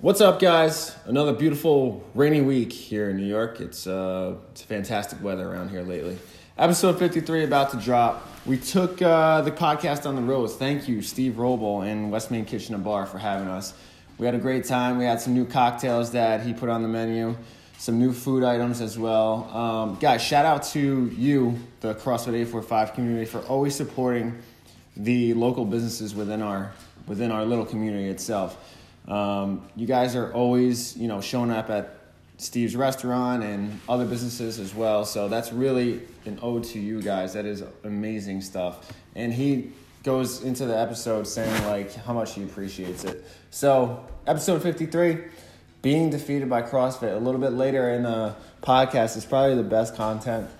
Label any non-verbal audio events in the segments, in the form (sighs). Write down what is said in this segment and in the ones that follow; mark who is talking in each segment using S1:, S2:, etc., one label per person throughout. S1: What's up, guys? Another beautiful rainy week here in New York. It's uh, it's fantastic weather around here lately. Episode fifty three about to drop. We took uh, the podcast on the roads. Thank you, Steve Roble and West Main Kitchen and Bar for having us. We had a great time. We had some new cocktails that he put on the menu, some new food items as well. Um, guys, shout out to you, the CrossFit eight four five community, for always supporting the local businesses within our within our little community itself. Um, you guys are always you know showing up at Steve's restaurant and other businesses as well. So that's really an ode to you guys. That is amazing stuff. And he goes into the episode saying like how much he appreciates it. So episode fifty three. Being defeated by CrossFit a little bit later in the podcast is probably the best content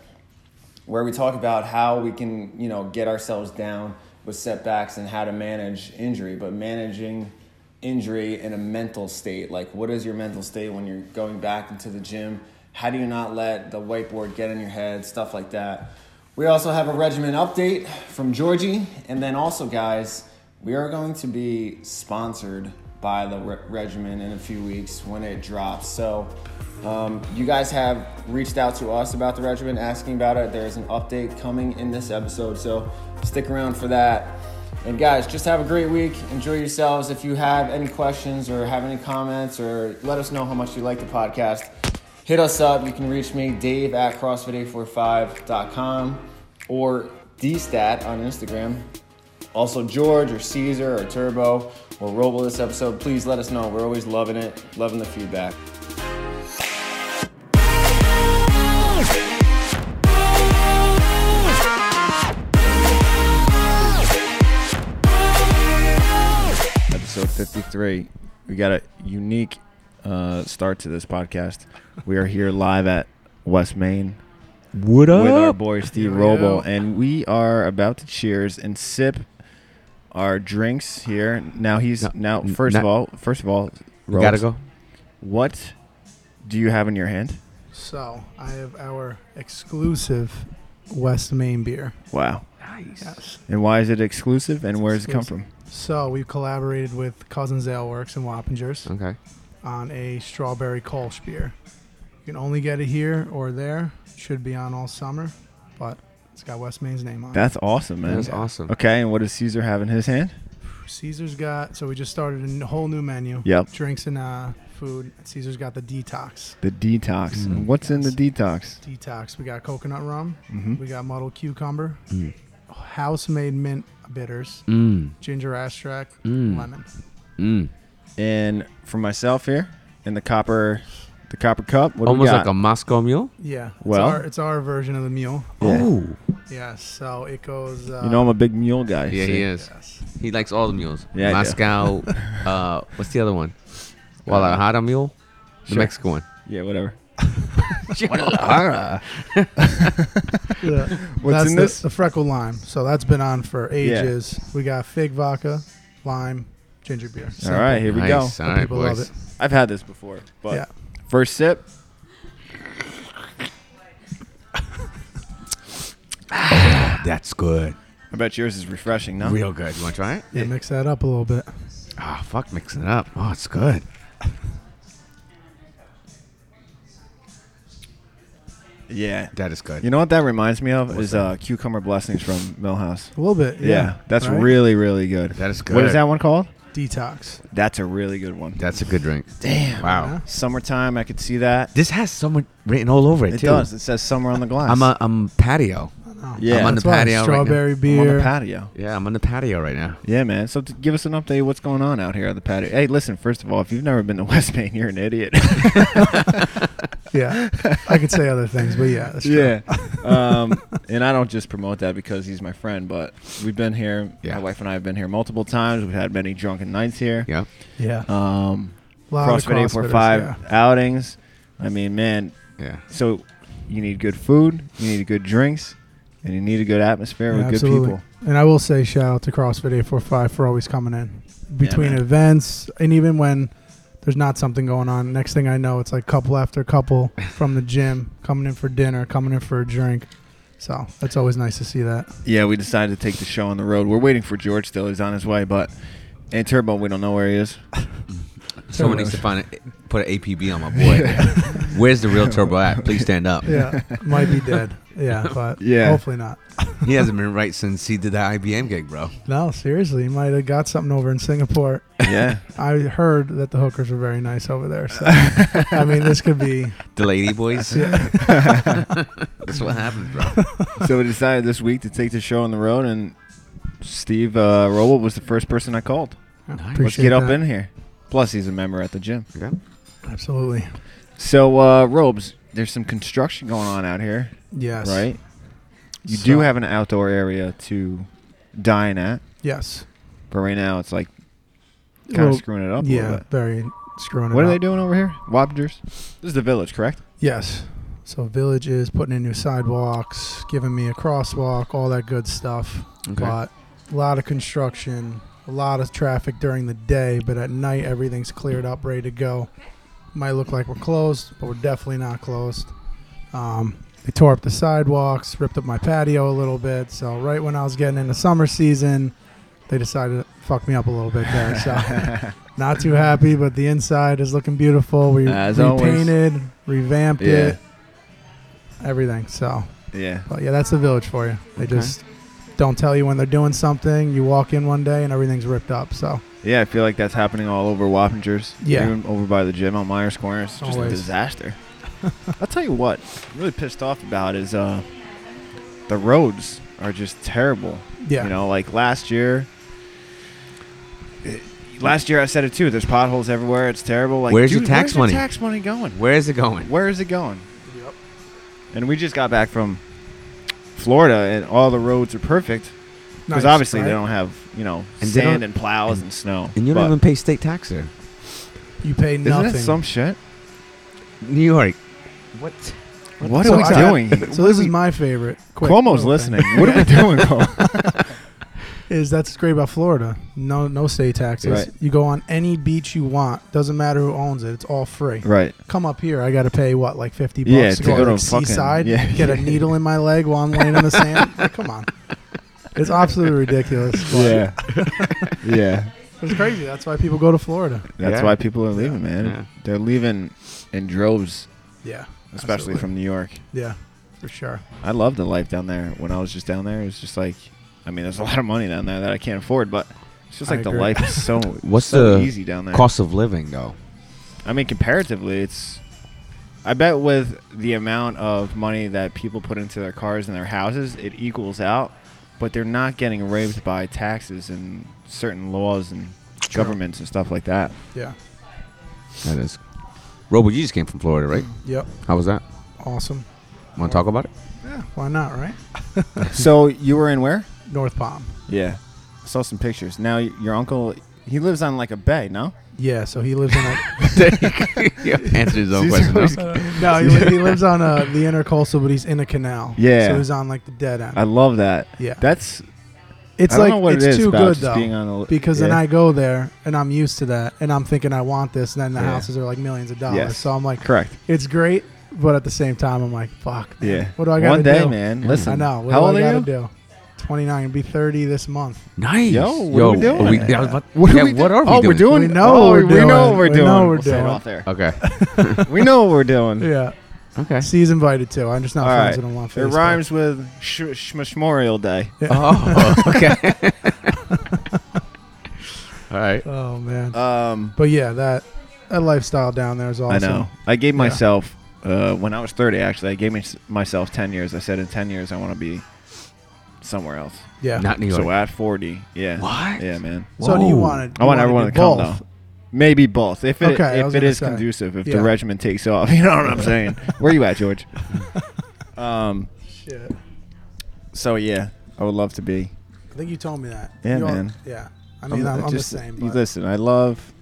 S1: where we talk about how we can you know get ourselves down with setbacks and how to manage injury but managing injury in a mental state like what is your mental state when you're going back into the gym how do you not let the whiteboard get in your head stuff like that we also have a regimen update from georgie and then also guys we are going to be sponsored by the re- regimen in a few weeks when it drops so um, you guys have reached out to us about the regimen, asking about it. There's an update coming in this episode, so stick around for that. And guys, just have a great week. Enjoy yourselves. If you have any questions or have any comments, or let us know how much you like the podcast, hit us up. You can reach me, Dave at CrossFit845.com or DStat on Instagram. Also, George or Caesar or Turbo or Roble this episode, please let us know. We're always loving it, loving the feedback. episode 53. We got a unique uh, start to this podcast. We are here live at West Main
S2: What
S1: with our
S2: up?
S1: boy Steve
S2: Here we go.
S1: Roble, and we are about to cheers and sip our drinks here. Now he's
S2: No,
S1: now
S2: n-
S1: first
S2: not-
S1: of all, first of all,
S2: We gotta
S1: Robes,
S2: go.
S1: What do you have in your hand?
S3: So I have our exclusive West Main beer.
S1: Wow!
S3: Yes.
S1: And why is it exclusive? And
S3: It's
S1: where does it come from?
S3: exclusive. So we've collaborated with Cousins Ale Works in Wappingers
S2: Okay.
S3: on a strawberry Kolsch beer. You can only get it here or there. Should be on all summer, but it's got West Main's name on it.
S1: That's awesome, man.
S2: That's awesome.
S1: Okay, and what does Caesar have in his hand?
S3: Caesar's got. So we just started a n- whole new menu.
S1: Yep,
S3: Drinks and uh, food. Caesar's got the detox.
S1: the detox.
S2: Mm.
S1: And What's in the detox?
S3: Detox. We got coconut rum.
S1: hmm
S3: We got muddled cucumber.
S2: Mm.
S3: House made mint bitters.
S2: Mm.
S3: Ginger extract.
S2: Mm.
S3: Lemon.
S2: Mm.
S1: and for myself here in the copper the copper cup what do we
S2: Almost
S1: got?
S2: like a Moscow mule.
S3: Yeah.
S1: Well-
S3: it's our, it's our version of the mule.
S1: Yeah.
S2: Oh.
S3: Yeah. So it goes. Uh,
S1: you know i'm a big mule guy
S2: Yeah,
S1: see?
S2: he is.
S3: yes.
S2: He likes all the mules.
S1: Yeah, I do.
S2: (laughs) Moscow. uh, what's the other one? Guadalajara mule. The
S1: Sure.
S2: Mexican one.
S1: yeah whatever
S2: Guadalajara.
S3: (laughs)
S1: what's
S3: that's
S1: in
S3: the,
S1: this
S3: The freckle lime. So that's been on for ages. We got fig vodka, lime, ginger beer.
S1: all right here we go
S2: All right,
S3: people love
S2: boys.
S3: it.
S1: i've had this before but
S3: Yeah.
S1: first sip
S2: That's good.
S1: i bet yours is refreshing no
S2: Real good. You want to try it?
S3: Yeah, mix that up a little bit.
S2: Ah, fuck, mixing it up. Oh, it's good.
S1: yeah
S2: That is good.
S1: you know what that reminds me of
S2: What's
S1: is uh cucumber blessings from millhouse
S3: A little bit.
S1: yeah,
S3: Yeah.
S1: that's
S3: right?
S1: really really good
S2: That is good.
S1: what is that one called
S3: detox.
S1: that's a really good one
S2: That's a good drink.
S1: damn
S2: Wow.
S3: Yeah.
S1: summertime i could see that
S2: This has someone written all over it,
S1: it
S2: too.
S1: does it says summer on the glass
S2: I'm a I'm patio.
S3: I know.
S1: Yeah. I'm on
S3: That's
S2: the
S3: why
S2: patio right now.
S3: Strawberry
S1: I'm on
S3: beer.
S1: the patio
S2: Yeah, I'm on the patio right now.
S1: Yeah, man. So t- give us an update. What's going on out here at the patio? Hey, listen. First of all, if you've never been to (laughs) West Main, you're an
S2: (laughs)
S1: idiot.
S3: yeah. I could say other things, but yeah. That's
S2: (laughs)
S3: true.
S1: yeah. Um, and I don't just promote that because he's my friend, but we've been here.
S2: Yeah.
S1: My wife and I have been here multiple times. We've had many drunken nights here.
S2: Yeah.
S3: Yeah.
S1: Um,
S3: Lot of
S1: CrossFit eight four
S3: CrossFitters,
S1: five
S3: yeah.
S1: outings. I mean, man.
S2: Yeah.
S1: So you need good food. You need good drinks. And you need a good atmosphere
S3: Yeah,
S1: with
S3: absolutely.
S1: good people.
S3: And I will say shout out to CrossFit 845 for always coming in between
S1: man.
S3: events and even when there's not something going on. Next thing I know, it's like couple after
S1: (laughs)
S3: couple from the gym coming in for dinner, coming in for a drink. So that's always nice to see that.
S1: Yeah, we decided to take the show on the road. We're waiting for George still. He's on his way, but and Turbo, we don't know where he is.
S2: Someone needs to find it, put an APB on my (laughs) boy. Where's the real turbo at? Please stand up.
S3: Yeah, (laughs) might
S1: (laughs)
S3: be dead. Yeah, but
S1: Yeah.
S3: hopefully not.
S2: He hasn't been right since he did that IBM gig, bro.
S3: No, seriously, he might have got something over in Singapore.
S2: (laughs)
S1: Yeah.
S3: I heard that the hookers were very nice over
S1: (laughs)
S3: there. So, I mean, this could be.
S2: The lady boys.
S3: Yeah,
S2: (laughs) That's what happens, bro.
S1: so we decided this week to take the show on the road, and Steve uh, Roble was the first person I called. Let's
S3: appreciate
S1: get up
S3: that.
S1: in here. Plus, he's a member at the gym.
S2: Yeah.
S3: Absolutely.
S1: So, uh, Robes, there's some construction going on out here,
S3: Yes.
S1: right? You
S3: So-
S1: do have an outdoor area to dine at,
S3: Yes.
S1: but right now it's like kind
S3: Well,
S1: of screwing it up a little
S3: yeah,
S1: bit.
S3: very screwing it
S1: What are
S3: up.
S1: they doing over here? Wobblers? This is the village, correct?
S3: Yes. So Village is putting in new sidewalks, giving me a crosswalk, all that good stuff.
S2: Okay.
S3: But a lot of construction, a lot of traffic during the day, but at night everything's cleared up, ready to go. Might look like we're closed, but we're definitely not closed. Um, they tore up the sidewalks, ripped up my patio a little bit. So right when I was getting into summer season, they decided to fuck me up a little bit there.
S1: (laughs)
S3: So not too happy, but the inside is looking beautiful. We
S1: As always.
S3: repainted, revamped
S1: Yeah.
S3: it, everything. So,
S1: Yeah.
S3: but yeah, that's the village for you. They
S2: Okay.
S3: just don't tell you when they're doing something. You walk in one day and everything's ripped up. So
S1: Yeah, I feel like that's happening all over Wappingers.
S3: Yeah.
S1: Even over by the gym on Myers Corner. It's just
S3: Always.
S1: a
S3: (laughs)
S1: disaster. I'll tell you what, I'm really pissed off about is uh, the roads are just terrible.
S3: yeah,
S1: You know, like last year. it- Last year I said it too. There's potholes everywhere. It's terrible. Like,
S2: Where's your
S1: dude,
S2: tax
S1: where's
S2: money?
S1: tax money going?
S2: Where is it going?
S1: Where is it going? And we just got back from Florida, and all the roads are perfect because
S3: Nice,
S1: obviously they
S3: right?
S1: don't have you know
S2: And they
S1: sand
S2: don't-
S1: and plows and snow.
S2: And you
S1: But-
S2: don't even pay state tax there.
S3: You pay
S1: Isn't
S3: nothing.
S1: that some shit?
S2: New York. What?
S1: What,
S3: the
S1: are we
S3: fuck?
S1: doing?
S3: (laughs) so this is my favorite. Quick
S1: Cuomo's
S3: little thing,
S1: listening. What are we doing,
S2: (laughs)
S1: Cuomo?
S3: (laughs) Is that's great about Florida? No, no state taxes.
S1: Right.
S3: You go on any beach you want. Doesn't matter who owns it. It's all free.
S1: right.
S3: come up here, I got to pay what, like fifty bucks
S1: Yeah,
S3: to
S1: to
S3: go,
S1: go to
S3: like,
S1: a fucking-
S3: seaside,
S1: yeah.
S3: get a needle in my leg while I'm laying in the sand. Like, come on, it's absolutely
S1: (laughs)
S3: ridiculous. but (laughs)
S1: yeah.
S3: it's crazy. That's why people go to Florida.
S1: That's
S2: Yeah.
S1: why people are leaving, man.
S2: Yeah.
S1: They're leaving in droves,
S3: Yeah,
S1: especially
S3: Absolutely.
S1: from New York.
S3: yeah, for sure.
S1: I love the life down there. When I was just down there, it was just like, I mean, there's a lot of money down there that I can't afford, but it's just
S3: I
S1: like the
S3: agree.
S1: life is so
S2: (laughs) What's
S1: so
S2: the
S1: easy down there.
S2: Cost of living, though.
S1: I mean, comparatively, it's. I bet with the amount of money that people put into their cars and their houses, it equals out, but they're not getting raped by taxes and certain laws and governments and stuff like that.
S3: Yeah,
S2: That is. Robo, you just came from Florida, right?
S3: yep,
S2: How was that?
S3: awesome.
S2: Want to talk (laughs) about it?
S3: Yeah, why not, right?
S1: (laughs) so you were in where?
S3: North Palm.
S1: Yeah, I saw some pictures. Now y- your uncle, he lives on like a bay, no?
S3: Yeah, so he lives in a (laughs)
S2: Answer
S1: (laughs)
S2: his own
S1: These
S2: question.
S1: are
S2: no?
S1: always-
S3: no, he, li- he lives on (laughs) uh, the intercoastal, but he's in a canal.
S1: Yeah.
S3: so he's on like the dead end.
S1: I love that.
S3: yeah,
S1: That's
S3: it's
S1: I don't
S3: like
S1: know what
S3: it's
S1: it is
S3: too
S1: about
S3: good
S1: just
S3: though.
S1: being on a,
S3: because then
S1: yeah.
S3: I go there and I'm used to that and I'm thinking I want this and then the
S1: Yeah.
S3: houses are like millions of dollars.
S1: Yes.
S3: So I'm like,
S1: correct.
S3: it's great, but at the same time I'm like, fuck. man.
S1: Yeah.
S3: What do I got
S1: One
S3: to
S1: day,
S3: do?
S1: man.
S2: Yeah.
S1: Listen,
S3: (laughs) I know. What
S1: how
S3: do
S1: old
S3: I
S1: are
S3: gotta
S1: you?
S3: do? 29, be 30 this month.
S2: Nice.
S1: Yo, what are we doing?
S2: yeah, I was about-
S1: What are
S2: yeah,
S1: we
S2: what
S1: do-
S2: are we
S1: oh,
S2: doing?
S1: We're doing.
S3: We know
S1: oh,
S3: what we're
S1: we know
S3: doing.
S1: what we're
S3: We
S1: doing.
S3: know what we're
S1: We'll say it
S3: doing.
S1: off there. (laughs)
S2: Okay.
S1: we know what we're doing.
S3: Yeah.
S2: Okay.
S3: She's invited too. I'm just not
S1: All
S3: friends
S1: right.
S3: with him on
S1: It
S3: Facebook.
S1: rhymes with sh- Shmemorial Day.
S2: Oh, okay. (laughs) All right.
S3: Oh, man.
S1: Um,
S3: but yeah, that, that lifestyle down there is awesome.
S1: I know. I gave
S3: Yeah.
S1: myself uh, when I was thirty. Actually, I gave mys- myself ten years. I said in ten years I want to be somewhere else.
S3: Yeah.
S2: Not New York.
S1: So at forty, yeah,
S2: What?
S1: Yeah, man.
S3: so do you
S2: Whoa.
S3: want to?
S1: I want everyone to come
S3: both?
S1: though. Maybe both. If it
S3: Okay, I
S1: if
S3: was
S1: it
S3: gonna
S1: is
S3: say.
S1: conducive, if
S3: Yeah.
S1: the regiment takes off, (laughs) you know what I'm saying. Where you at, George? um.
S3: Shit.
S1: So yeah, I would love to be.
S3: I think you told me that.
S1: Yeah,
S3: You all-
S1: man.
S3: yeah. I mean, I'm, I'm
S1: just-
S3: the same.
S1: you
S3: But
S1: Listen, I love.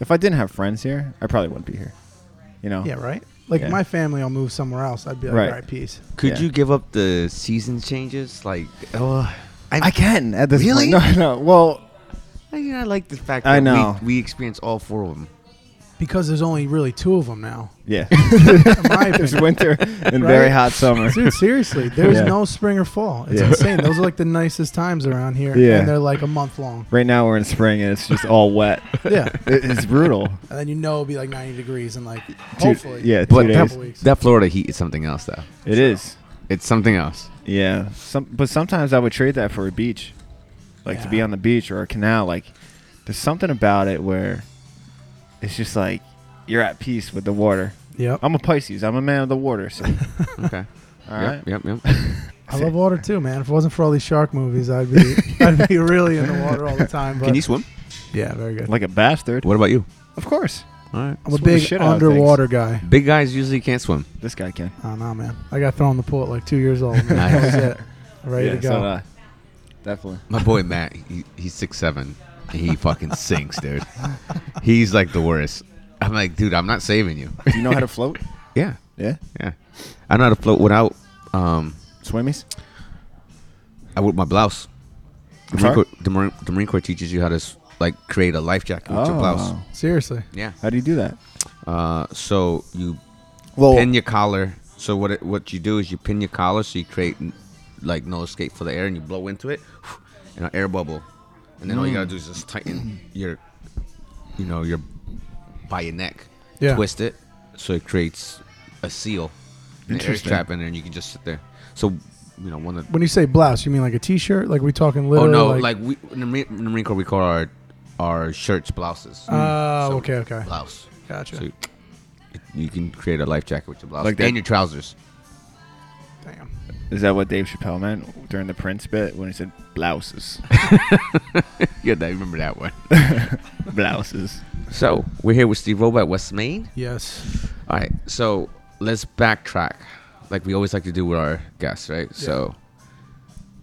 S1: If I didn't have friends here, I probably wouldn't be here. You know.
S3: Yeah, right. Like
S1: Yeah.
S3: my family, I'll move somewhere else. I'd be like,
S1: Right.
S3: all right, peace.
S2: Could
S1: Yeah.
S2: you give up the season changes? Like, oh, I,
S1: I
S2: I,
S1: can at this
S2: Really?
S1: point. No, no. Well,
S2: I like the fact that
S1: I know.
S2: We, we experience all four of them.
S3: because there's only really two of
S1: (laughs)
S3: them now. (laughs)
S1: Yeah.
S3: In my
S1: There's
S3: opinion.
S1: winter and very
S3: Right?
S1: hot summer.
S3: Dude, seriously, there's
S1: Yeah.
S3: no spring or fall. It's
S1: Yeah.
S3: insane. Those are like the nicest times around here,
S1: Yeah.
S3: and they're like a
S1: (laughs)
S3: month long.
S1: Right now we're in spring and it's just all wet.
S3: Yeah,
S1: It- It's brutal.
S3: and then you know it'll be like 90 degrees and like
S1: Dude,
S3: hopefully
S1: yeah,
S3: in
S1: two
S2: But
S3: a
S1: days.
S3: couple weeks.
S2: That Florida heat is something else, though.
S1: It is.
S2: It's something else.
S1: Yeah. Some, but sometimes I would trade that for a beach, like to be
S3: Yeah.
S1: on the beach or a canal. Like, there's something about it where it's just like you're at peace with the water.
S3: Yep,
S1: I'm a Pisces. I'm a man of the water.
S3: (laughs)
S1: So, all (laughs)
S2: Okay.
S1: right.
S2: Yep. Yep. Yep.
S3: I love water too, man. If it wasn't for all these shark movies, I'd
S2: (laughs)
S3: be I'd be really in the water all the time. But
S2: Can you swim?
S3: yeah, very good.
S1: Like a bastard.
S2: What about you?
S1: Of course.
S2: All right.
S3: I'm a
S1: swim the
S3: big
S1: shit out of things.
S3: underwater guy.
S2: Big guys usually can't swim.
S1: This guy can.
S3: I don't know, man. I got thrown in the pool at like two years old. Man.
S2: Nice. uh,
S3: That was it. Ready
S1: yeah,
S3: to go.
S1: so did I. Definitely.
S2: My boy Matt, he, he's six seven. He fucking sinks, dude. He's like the worst. I'm like, dude, I'm not saving you. (laughs)
S1: Do you know how to float?
S2: Yeah,
S1: Yeah.
S2: yeah. I know how to float without um,
S1: Swimmies?
S2: I with my blouse. The
S1: I'm sorry?
S2: Marine, Corps, the, Marine, the Marine Corps teaches you how to s- like create a life jacket with your blouse.
S1: Oh.
S3: Seriously,
S2: Yeah.
S1: How do you do that?
S2: Uh, so you
S1: Well,
S2: pin your collar. So what it, what you do is you pin your collar so you create n- like no escape for the air, and you blow into it, (sighs) and an air bubble, and then all you gotta do is just
S1: Mm.
S2: tighten your, you know, your by your neck,
S3: Yeah.
S2: twist it, so it creates a seal, an air
S1: Interesting.
S2: trap in there, and you can just sit there. So you know one of
S3: when you say blouse, you mean like a t-shirt? Like we talking
S2: oh
S3: literally?
S2: no like, we in the, Marine, in the Marine Corps we call our our shirts blouses.
S3: Oh, okay, okay.
S2: mm, Blouse.
S3: Gotcha.
S2: So you, you can create a life jacket with your blouse
S1: Like that-
S2: and your trousers.
S3: Damn.
S1: is that what Dave Chappelle meant during the Prince bit when he said blouses?
S2: Yeah, I remember that one.
S1: blouses.
S2: (laughs) So we're here with Steve Robot West Maine.
S3: Yes.
S2: All right, so let's backtrack, like we always like to do with our guests, right? So,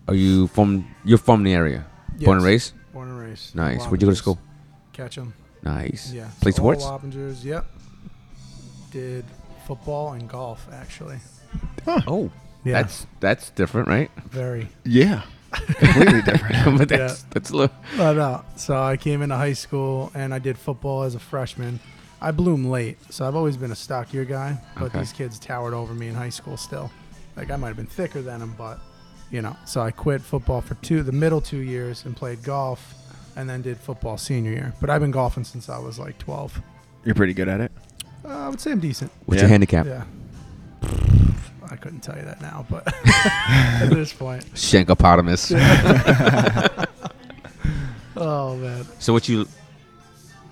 S2: are you from? You're from the area, born and
S3: Yes.
S2: raised.
S3: Born and raised.
S2: Nice. Where'd you go to school?
S3: Catch 'em.
S2: Nice.
S3: Yeah.
S2: Play
S3: So uh, all
S2: sports.
S3: Wappingers, yep. Did football and golf actually.
S2: Oh,
S3: (laughs) Yeah.
S2: that's that's different,
S3: (laughs)
S2: right?
S3: Very.
S1: Yeah. Completely different.
S2: (laughs) but that's that's a little.
S3: But uh, so I came into high school and I did football as a freshman. I bloomed late, so I've always been a stockier guy. But
S2: Okay.
S3: these kids towered over me in high school still. Like I might have been thicker than them, but you know. So I quit football for two, the middle two years, and played golf, and then did football senior year. But I've been golfing since I was like 12.
S1: You're pretty good at it.
S3: Uh, I would say I'm decent.
S2: What's
S1: Yeah.
S2: your handicap?
S3: Yeah. I couldn't tell you that now, but (laughs) at this point. (laughs)
S2: Shankopotamus.
S3: Oh man.
S2: So what you?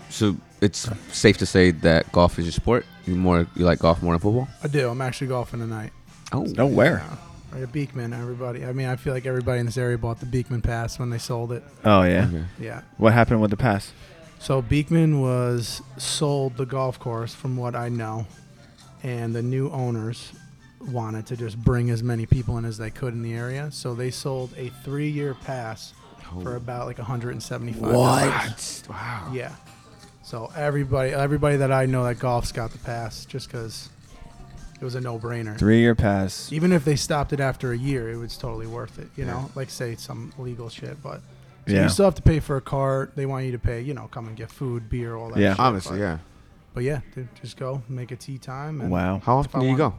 S2: So it's safe to say that golf is your sport. You more you like golf more than football.
S3: I do. I'm actually golfing tonight.
S2: Oh,
S1: Nowhere.
S3: Yeah. Right, Beekman, everybody. I mean, I feel like everybody in this area bought the Beekman pass when they sold it.
S1: Oh, yeah.
S2: Okay.
S3: Yeah.
S1: What happened with the pass?
S3: So Beekman was sold the golf course, from what I know, and the new owners wanted to just bring as many people in as they could in the area. So they sold a three-year pass for about like 175.
S2: Wow.
S3: Yeah. So everybody, everybody that I know that golf's got the pass, just because it was a no-brainer.
S1: Three year pass.
S3: Even if they stopped it after a year, it was totally worth it. You know, like say some legal shit, but so
S1: Yeah.
S3: you still have to pay for a cart. They want you to pay. You know, come and get food, beer, all that.
S1: Yeah.
S3: shit,
S2: Obviously,
S3: but,
S2: yeah.
S3: But yeah, dude, just go make a tea time. And
S1: Wow.
S2: How
S3: If
S2: often
S3: I
S2: do you
S3: want-
S2: go?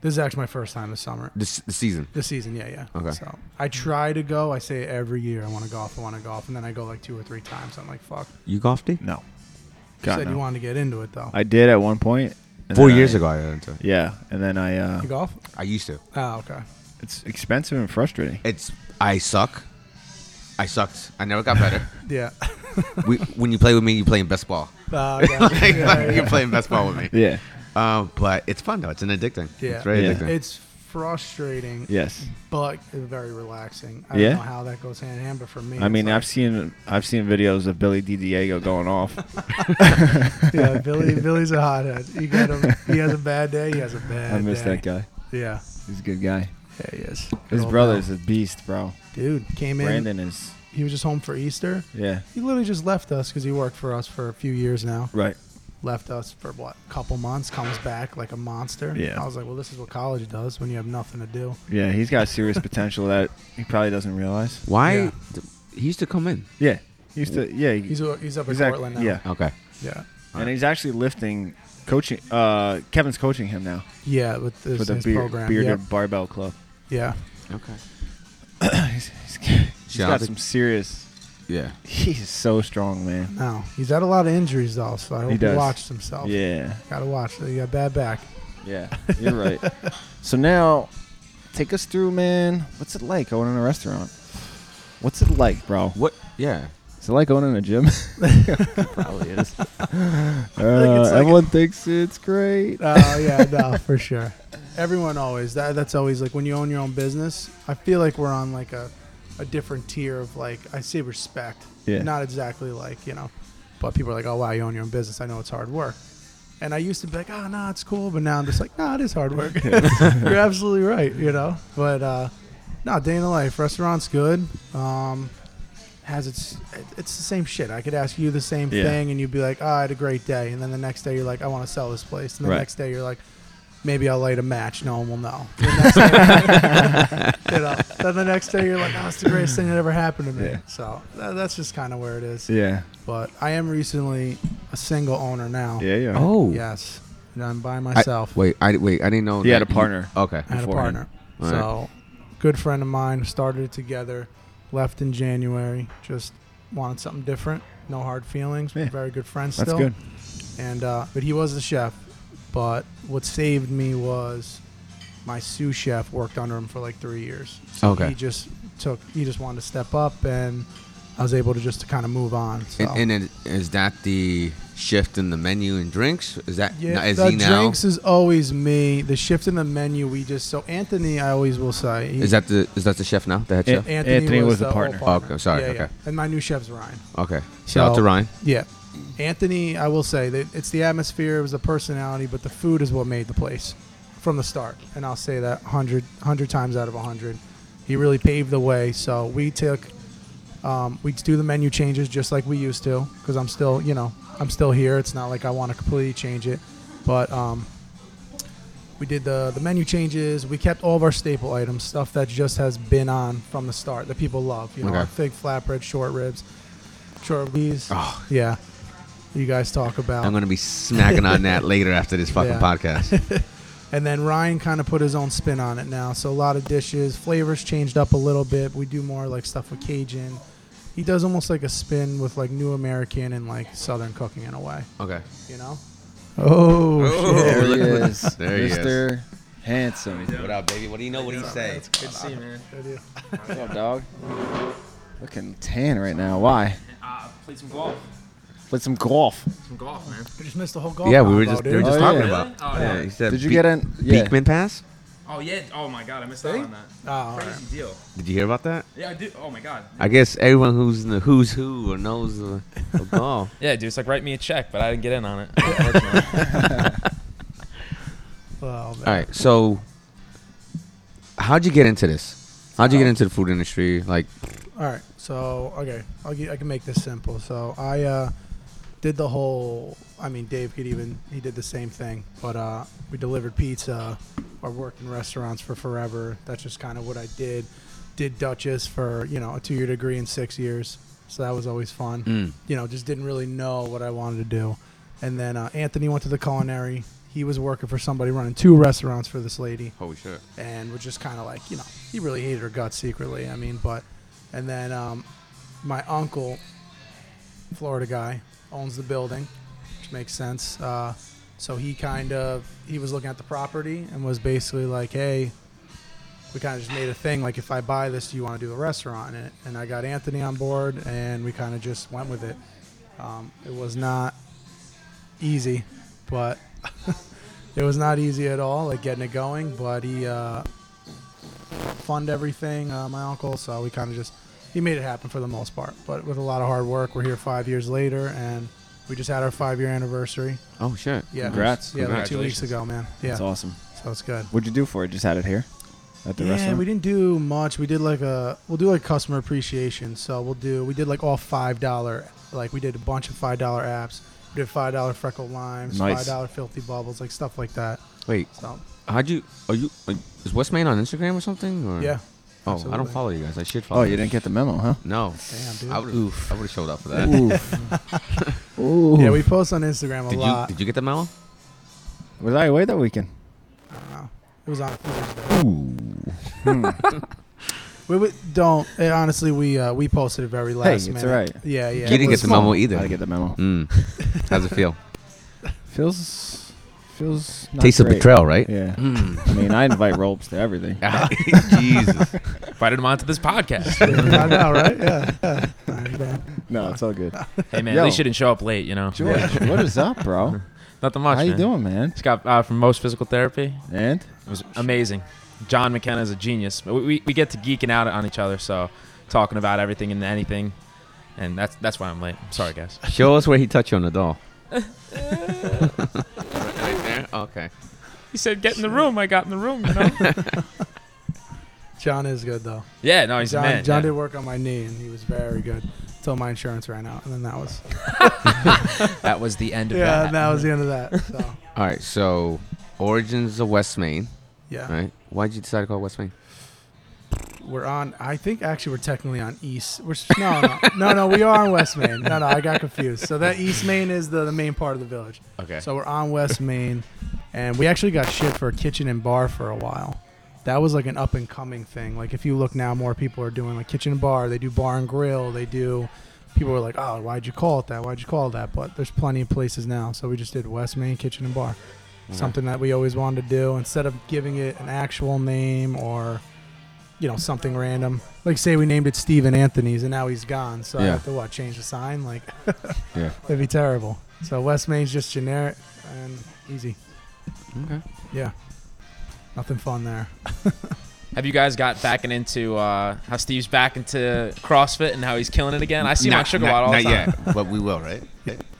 S3: This is actually my first time this summer,
S2: This the season.
S3: this season. Yeah, yeah.
S2: Okay.
S3: So I try to go. I say every year I want to golf. I want to golf, and then I go like two or three times. I'm like, fuck.
S2: You golfed it?
S1: No.
S3: You
S1: God,
S3: said
S1: no.
S3: you wanted to get into it though.
S1: I did at one point. and
S2: Four
S1: then
S2: years
S1: I-
S2: ago, I got into it.
S1: Yeah. And then I, uh,
S3: you golf?
S2: I used to.
S3: Oh, okay.
S1: it's expensive and frustrating.
S2: It's I suck. I sucked. I never got better.
S3: Yeah. (laughs)
S2: we, when you play with me, you playing best ball.
S3: Uh,
S2: like,
S3: yeah,
S2: (laughs)
S3: yeah,
S2: You're playing best ball with me.
S1: Yeah.
S2: Um, but it's fun though. It's an addicting.
S3: Yeah.
S2: (laughs) It's very
S1: Yeah.
S2: addicting.
S3: It's frustrating,
S1: Yes.
S3: but very relaxing. I
S1: Yeah?
S3: don't know how that goes hand in hand, but for me,
S1: I mean, (laughs) I've
S3: it's
S1: seen I've seen videos of Billy D. Diego going
S3: (laughs)
S1: off.
S3: like, yeah, Billy, Billy's a hothead. You got him. He has a bad day. He has a
S1: (laughs)
S3: bad.
S1: I miss
S3: day.
S1: that guy.
S3: Yeah,
S1: He's a good guy.
S3: yeah, he is. Good
S1: His
S3: old
S1: brother is a beast, bro.
S3: pal. dude, came in.
S1: Brandon is.
S3: He was just home for Easter.
S1: Yeah.
S3: He literally just left us because he worked for us for a few years now.
S1: Right.
S3: Left us for what, couple months? Comes back like a monster.
S1: Yeah.
S3: I was like, well, this is what college does when you have nothing to do.
S1: Yeah. He's got serious potential that he probably doesn't realize.
S2: Why?
S3: Yeah.
S2: th- he used to come in.
S1: Yeah. He used to. Yeah.
S3: He's he's up in
S1: Exact-
S3: Portland now.
S1: Yeah.
S2: Okay.
S3: yeah.
S1: and he's actually lifting, coaching. Uh, Kevin's coaching him now
S3: Yeah, with this,
S1: for the
S3: his
S1: beer,
S3: program.
S1: bearded
S3: Yep.
S1: barbell club. (laughs)
S3: Yeah.
S2: Okay.
S1: he's he's- he's
S2: Yeah, I
S1: got
S2: think-
S1: some serious.
S2: Yeah.
S1: He's so strong, man.
S3: No, he's had a lot of injuries though, so I hope he,
S1: does.
S3: watched himself.
S1: Yeah,
S3: Gotta watch. that. He got bad back.
S1: yeah, you're right. (laughs) So now, take us through, man. What's it like owning a restaurant? What's it like, bro?
S2: What? Yeah.
S1: Is it like owning a gym? (laughs)
S2: Probably (laughs) is.
S1: Uh,
S3: like-
S1: everyone thinks it's great. (laughs)
S3: Oh yeah, no, for sure. Everyone always that that's always like when you own your own business. I feel like we're on like a, a different tier of like I say respect.
S1: Yeah.
S3: Not exactly like you know, but people are like, oh wow, you own your own business. I know it's hard work. And I used to be like, oh no, it's cool, but now I'm just like, no, it is hard work. (laughs) You're absolutely right, you know. But uh, no, day in the life, restaurant's good. Um, has its it- it's the same shit. I could ask you the same
S1: Yeah.
S3: thing, and you'd be like, oh, I had a great day, and then the next day you're like, I want to sell this place, and the
S1: Right.
S3: next day you're like, maybe I'll light a match. No one will
S1: (laughs)
S3: know. The next day, you know, then the next day you're like, oh, it's the greatest thing that ever happened to me.
S1: Yeah.
S3: So tha- that's just kind of where it is.
S1: Yeah,
S3: But I am recently a single owner now.
S1: yeah, yeah.
S2: Oh.
S3: Yes, and I'm by
S2: I-
S3: myself.
S2: wait. I wait. I didn't know.
S1: He
S2: that
S1: had a partner.
S2: okay.
S3: I had a
S2: beforehand.
S3: partner.
S2: All right.
S3: so, good friend of mine started it together. Left in January. Just wanted something different. No hard feelings. We're
S1: Yeah.
S3: Very good friends
S1: That's
S3: still.
S1: good.
S3: And uh, but he was the chef. But what saved me was my sous chef worked under him for like three years. So
S2: Okay.
S3: he just took. He just wanted to step up, and I was able to just to kind of move on. So.
S2: And, and it, is that the shift in the menu and drinks? Is that
S3: Yeah,
S2: is
S3: the
S2: he now?
S3: drinks is always me. The shift in the menu, we just so Anthony. I always will say he-
S2: Is that the is that the chef now? The head
S1: Yeah.
S2: chef?
S3: Anthony,
S1: Anthony
S3: was,
S1: was the
S3: the
S1: partner.
S3: whole
S2: Okay, sorry,
S3: Yeah, yeah.
S2: okay.
S3: And my new chef's Ryan.
S2: Okay. Shout out
S3: So-
S2: to Ryan.
S3: Yeah, Anthony. I will say that it's the atmosphere, it was the personality, but the food is what made the place from the start. And I'll say that 100, 100 times out of hundred, he really paved the way. So we took, um, we do the menu changes just like we used to, because I'm still, you know, I'm still here. It's not like I want to completely change it, but um, we did the, the menu changes. We kept all of our staple items, stuff that just has been on from the start that people love. You know,
S2: Okay.
S3: our fig flatbread, short ribs, short ribs.
S2: Oh.
S3: Yeah, you guys talk about.
S2: I'm gonna be smacking on that later after this fucking
S3: Yeah.
S2: podcast.
S3: and then Ryan kind of put his own spin on it now. So a lot of dishes, flavors changed up a little bit. We do more like stuff with Cajun. He does almost like a spin with like New American and like Southern cooking in a way.
S2: Okay.
S3: You know. Oh,
S2: Oh,
S1: There he
S2: look at
S1: is.
S2: this. There he is.
S1: Mr. Handsome.
S2: What up, baby? What do you know? What do you say?
S1: Good to see you, man.
S3: shit.
S1: What's up, dog? Looking tan right now. Why?
S4: Uh, played some golf.
S1: Played some golf.
S4: Some golf, man.
S3: We just missed the whole golf.
S2: Yeah, we were
S3: combo,
S2: just we
S3: dude.
S2: were just
S1: Oh,
S2: talking
S1: yeah.
S2: about.
S4: Oh,
S2: Yeah,
S4: yeah.
S2: he said
S1: Did you
S2: Be-
S1: get an- yeah.
S2: Beekman pass?
S4: Oh yeah. Oh my god, I missed out on that.
S3: Oh, all right.
S4: Crazy deal.
S2: Did you hear about that?
S4: Yeah, I do. Oh my god.
S2: I guess everyone who's in the who's who or knows the, the golf.
S4: Yeah, dude. It's like write me a check, but I didn't get in (laughs) on it. unfortunately.
S3: Well,
S2: All right, so how'd you get into this? How'd you
S1: Uh,
S2: get into the food industry? Like,
S3: All right. So okay, I'll get, I can make this simple. So I uh, did the whole. I mean, Dave could even he did the same thing, but uh, we delivered pizza. I worked in restaurants for forever. That's just kind of what I did. Did Duchess for you know a two year degree in six years, so that was always fun. You know, just didn't really know what I wanted to do. And then uh, Anthony went to the culinary. He was working for somebody running two restaurants for this lady
S1: Oh,
S2: holy shit!
S3: and was just kind of like, you know, he really hated her guts secretly. I mean, but, and then um, my uncle, Florida guy, owns the building, which makes sense. Uh, so he kind of he was looking at the property and was basically like, hey, we kind of just made a thing. Like, if I buy this, do you want to do the restaurant? And, and I got Anthony on board, and we kind of just went with it. Um, it was not easy, but it was not easy at all, like getting it going. But he uh, fund everything, uh, my uncle. So we kind of just he made it happen for the most part. But with a lot of hard work, we're here five years later, and we just had our five year anniversary.
S2: Oh shit!
S3: Yeah,
S1: Congrats.
S3: Yeah, like two
S4: Congratulations.
S3: weeks ago, man. Yeah,
S1: That's awesome.
S3: so it's good.
S1: What'd you do for it? Just had it here at the
S3: yeah,
S1: restaurant.
S3: we didn't do much. We did like a we'll do like customer appreciation. So we'll do we did like all five dollar like we did a bunch of five dollar apps. We did five dollar freckled limes,
S1: Nice.
S3: five dollar filthy bubbles, like stuff like that.
S2: Wait,
S3: So
S2: how'd you? Are you? Are, is West Main on Instagram or something? Or?
S3: yeah,
S2: Oh, I don't
S3: absolutely.
S2: follow you guys. I should follow.
S1: oh, you didn't get the memo, huh?
S2: No.
S3: damn dude.
S2: I would. have I would have showed up for that.
S1: Oof. (laughs) Ooh.
S3: Yeah, we post on Instagram a
S2: Did you
S3: lot.
S2: did you get the memo?
S1: was I away that weekend?
S3: it was on Thursday.
S2: Ooh.
S3: We, we don't. eh, honestly, we uh, we posted it very last
S1: it's
S3: minute.
S1: alright.
S3: Yeah, yeah.
S2: you didn't
S3: it
S2: get the memo either.
S1: I get the memo.
S2: Mm. How's it feel?
S1: Feels feels. Not
S2: Taste of
S1: great.
S2: betrayal, right?
S1: Yeah. (laughs)
S2: Mm. (laughs)
S1: I mean, I invite ropes to everything.
S2: Jesus.
S4: Invited him onto this (laughs) podcast.
S3: was- I know, right? Yeah. yeah. (laughs) Alright, man.
S1: No, it's all
S3: (laughs)
S1: good.
S4: hey man,
S1: Yo.
S4: at least you didn't show up late. You know,
S1: George, what is up, bro?
S4: nothing
S1: How
S4: much.
S1: you
S4: man.
S1: doing, man?
S4: Just got uh, from most physical therapy.
S1: And
S4: It was amazing. John McKenna is a genius. We, we, we get to geeking out on each other, so talking about everything and anything, and that's that's why I'm late. I'm sorry, guys.
S2: Show us where he touched you on the
S3: (laughs)
S2: doll. (laughs) right there. Okay.
S4: (laughs) He said, "Get in the room." I got in the room. You know.
S3: John is good though.
S4: (laughs) yeah, no, he's
S3: John,
S4: a man.
S3: John
S4: yeah.
S3: did work on my knee and he was very good until my insurance ran out, and then that was
S4: That was the end of
S3: yeah,
S4: that.
S3: and that was the end of that.
S4: (laughs)
S3: So
S2: All right. So, origins of West Main.
S3: yeah,
S2: All right. Why'd you decide to call it West Main?
S3: we're on. I think actually we're technically on East. We're s- no, no, no, no. We are on West Main. No, no, I got confused. So that East Main is the, the main part of the village.
S2: Okay.
S3: So we're on West Main, and we actually got shit for a kitchen and bar for a while. That was like an up and coming thing. Like if you look now, more people are doing like kitchen and bar. They do bar and grill. They do. People are like, oh, why'd you call it that? Why'd you call it that? But there's plenty of places now. So we just did West Main kitchen and bar. Something that we always wanted to do instead of giving it an actual name or, you know, something random. Like say we named it Steven Anthony's and now he's gone. So I
S2: Yeah.
S3: have to what change the sign? Like (laughs)
S2: Yeah.
S3: That'd be terrible. So West Main's just generic and easy.
S2: Okay.
S3: Yeah. Nothing fun there.
S4: Have you guys got back and into uh, how Steve's back into CrossFit and how he's killing it again? I see him on
S2: Not-
S4: Sugar
S2: not-
S4: Water all the
S2: not
S4: time.
S2: yet, but we will, right?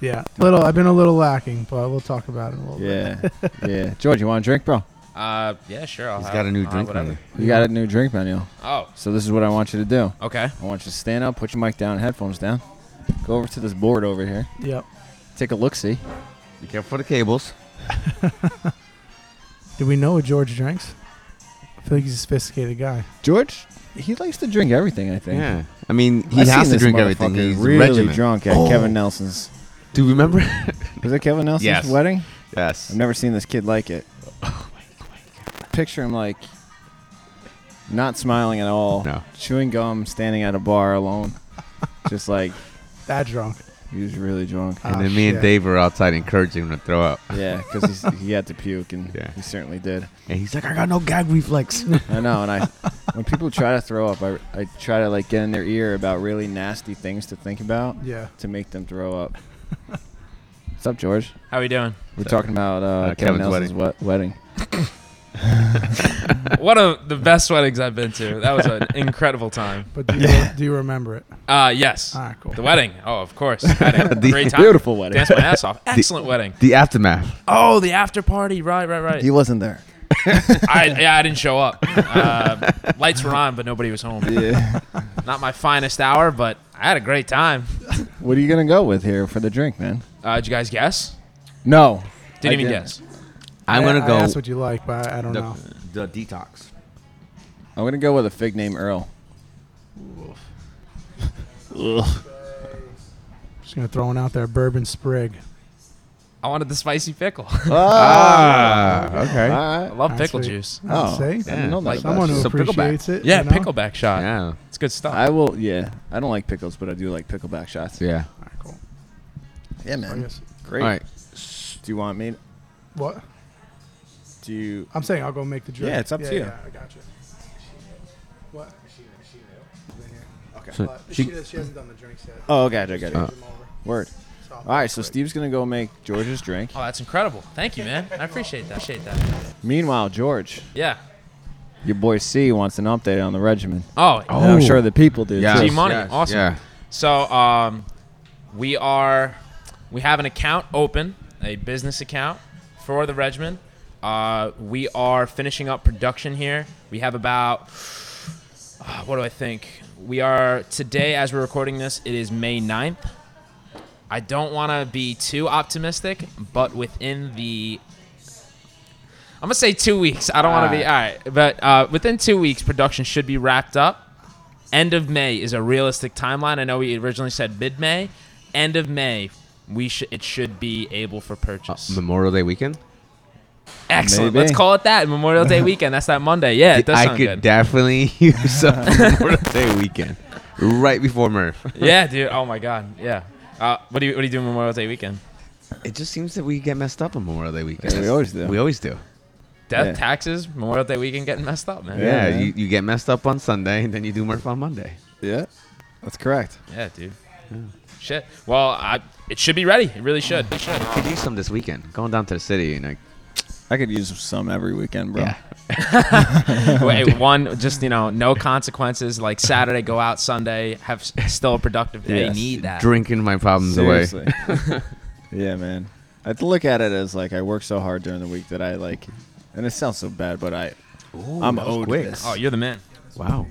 S3: Yeah. Little I've been a little lacking, but we'll talk about it a little bit.
S1: yeah,
S3: (laughs)
S1: yeah. George, you want a drink, bro?
S4: (laughs) Uh, yeah, sure. I'll
S2: He's
S4: have,
S2: got a new
S4: uh,
S2: drink
S4: whatever.
S2: menu.
S1: We got a new drink menu.
S4: Oh,
S1: So this is what I want you to do.
S4: okay.
S1: I want you to stand up, put your mic down, headphones down. Go over to this board over here.
S3: Yep.
S1: Take a look, see.
S2: Be careful for the cables.
S3: Do we know what George drinks? I feel like he's a sophisticated guy.
S1: George, he likes to drink everything. I think.
S2: Yeah. I mean, he
S1: I've
S2: has
S1: seen
S2: to
S1: this
S2: drink everything.
S1: motherfucker
S2: He's
S1: really
S2: regimen.
S1: drunk at Kevin Nelson's.
S2: Do you remember?
S1: Was it Kevin Nelson's
S2: Yes. Oh
S1: wedding?
S2: (laughs) yes.
S1: I've never seen this kid like it. Picture him like not smiling at all,
S2: No.
S1: chewing gum, standing at a bar
S2: (laughs)
S1: alone, just like
S3: That drunk.
S1: he was really drunk.
S3: Ah,
S2: and then me
S3: shit.
S2: and Dave were outside encouraging him to throw up,
S1: Yeah, because he had to puke, and
S2: Yeah.
S1: he certainly did.
S2: and he's like, "I got no (laughs) gag reflex."
S1: I know, and I when people try to throw up, I, I try to like get in their ear about really nasty things to think about
S3: (laughs) Yeah.
S1: to make them throw up. What's up, George?
S4: How are we doing?
S1: We're talking about uh, Kevin
S2: Kevin's
S1: Nelson's wedding. wedding.
S4: One of the best weddings I've been to. That was an incredible time.
S2: (laughs)
S3: But do you, do you remember it?
S4: Uh, yes.
S3: All right, cool.
S4: The wedding. Oh, of course. I
S2: (laughs)
S4: had a great time.
S1: Beautiful wedding.
S4: Danced my ass off. Excellent wedding.
S2: the aftermath.
S4: Oh, the after party. Right, right, right.
S1: He wasn't there.
S4: I, yeah, I didn't
S2: (laughs)
S4: show up. Uh, lights were on, but nobody was home.
S1: Yeah.
S4: Not my finest hour, but I had a great time.
S1: (laughs) what are you gonna go with here for the drink, man?
S4: Uh, did you guys guess?
S1: No,
S4: Didn't
S1: I
S4: even
S1: didn't.
S4: guess.
S2: I'm
S3: I-
S2: gonna
S3: I
S2: go
S3: asked what you like, but I I don't know.
S2: (laughs) the, the detox.
S1: I'm gonna go with a fig named (laughs) Earl.
S3: Just gonna throw one out there. Bourbon sprig.
S4: I wanted the spicy pickle. (laughs)
S2: Ah, okay.
S1: All right.
S4: I love pickle
S3: Actually-
S4: juice.
S1: Oh,
S3: See?
S1: I didn't know that
S4: Like
S1: about
S3: Someone
S1: you.
S3: who
S2: So pickleback.
S3: appreciates it.
S4: Yeah,
S3: you know?
S4: pickleback shot.
S2: Yeah,
S4: It's good stuff.
S1: I will. Yeah, I don't like pickles, but I do like pickleback shots.
S2: yeah.
S3: All right, cool.
S1: Yeah,
S3: I
S1: man.
S3: guess.
S1: Great.
S2: All right.
S1: Do you want me?
S3: What?
S1: Do you?
S3: I'm saying I'll go make the drink.
S1: Yeah, it's up to you.
S3: Yeah, I got you. What?
S2: So
S3: But
S2: she-
S3: she, she hasn't done the drinks yet.
S1: Oh, gotcha, gotcha.
S3: Change them over.
S1: Word.
S3: So-
S1: All right, so Steve's gonna go make George's drink.
S4: Oh, that's incredible. Thank you, man. I appreciate that. Appreciate that.
S1: Meanwhile, George,
S4: Yeah.
S1: your boy C wants an update on the regimen.
S4: Oh,
S1: And I'm
S2: Oh.
S1: sure the people do.
S2: Yeah.
S1: too.
S4: G Money.
S2: yes,
S4: awesome.
S2: yeah.
S4: So um, we are we have an account open, a business account for the regimen. Uh, we are finishing up production here. We have about uh, what do I think? We are today as we're recording this. It is May 9th. I don't want to be too optimistic, but within the I'm gonna say two weeks. I don't want to be all right, but uh, within two weeks, production should be wrapped up end of May is a realistic timeline. I know we originally said mid May. End of May, we should it should be able for purchase.
S2: Memorial Day weekend.
S4: Excellent.
S1: Maybe.
S4: Let's call it that. Memorial Day weekend. That's that Monday. Yeah, it does
S2: I
S4: sound
S2: could
S4: good.
S2: definitely (laughs) use some Memorial Day weekend right before Murph.
S4: yeah, dude. Oh my God. Yeah. Uh, what do you What do you do Memorial Day weekend?
S2: It just seems that we get messed up on Memorial Day weekend.
S1: Yeah, we always do.
S2: We always do.
S4: Death
S1: Yeah.
S4: taxes. Memorial Day weekend getting messed up, man.
S1: Yeah,
S2: Yeah,
S1: man.
S2: you, you get messed up on Sunday (laughs) and then you do Murph on Monday.
S1: Yeah, that's correct.
S4: Yeah, dude. Shit. Well, I, it should be ready. It really should. It should.
S2: Could use some this weekend. Going down to the city and like,
S1: I could use some every weekend, bro.
S2: Yeah.
S4: (laughs) Wait, one, just you know, no consequences. Like Saturday, go out. Sunday, have s- still a productive day.
S1: Yes.
S4: Need that.
S2: drinking my problems away.
S1: Seriously. (laughs) yeah, man. I have to look at it as like I work so hard during the week that I like, and it sounds so bad, but I, I'm
S2: that was
S1: owed
S2: quick.
S1: this.
S4: Oh, you're the man.
S2: Wow.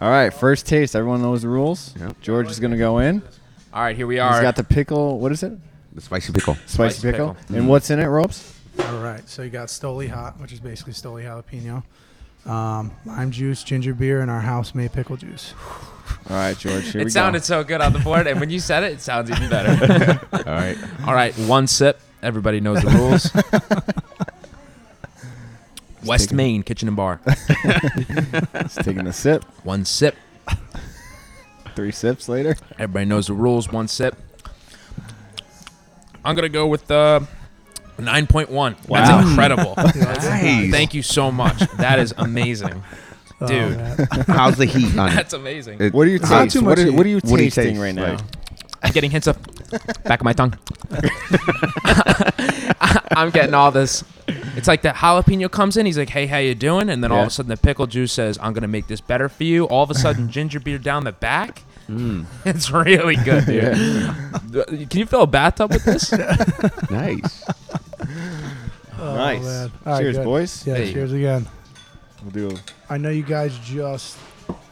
S1: All right, first taste. Everyone knows the rules.
S2: Yep.
S1: George is gonna go in.
S4: All right, here we
S1: He's
S4: are.
S1: got the pickle. What is it?
S2: The spicy pickle.
S1: Spicy,
S4: Spicy
S1: pickle.
S4: pickle.
S1: And what's in it, ropes?
S3: All right, so you got Stoli Hot, which is basically Stoli jalapeno, um, lime juice, ginger beer, and our house made pickle juice.
S1: All right, George. Here we go.
S4: it sounded so good on the board, and when you said it, it sounds even better.
S2: All right.
S4: All right, one sip. Everybody knows the rules. West Main Kitchen and Bar.
S1: Just taking a sip.
S4: One sip.
S1: Three sips later.
S4: Everybody knows the rules. One sip. I'm gonna go with uh, 9.1.
S1: Wow.
S4: That's incredible.
S2: Nice.
S4: Thank you so much. That is amazing.
S3: Oh,
S4: Dude.
S3: man.
S1: (laughs)
S2: How's the heat on
S4: (laughs)
S2: it?
S4: That's amazing.
S2: It-
S1: What do you
S2: how's-
S1: taste?
S3: too
S1: What
S3: much
S1: are,
S3: heat.
S1: what are you
S2: What do you
S1: tasting
S2: taste
S1: right now?
S2: like?
S4: I'm getting hints of back of my tongue. (laughs) I'm getting all this. It's like the jalapeno comes in. He's like, "Hey, how you doing?" And then all
S1: Yeah.
S4: of a sudden, the pickle juice says, "I'm gonna make this better for you." All of
S1: (laughs)
S4: a sudden, ginger beer down the back. (laughs)
S2: Mm,
S4: It's really good, dude.
S3: (laughs)
S1: Yeah.
S4: Can you fill a bathtub with
S1: (laughs)
S4: this?
S2: nice.
S3: Oh,
S1: nice.
S3: man. All right,
S1: Cheers,
S3: good.
S1: boys.
S3: Yeah,
S4: Hey.
S3: cheers again.
S1: We'll do
S3: I know you guys just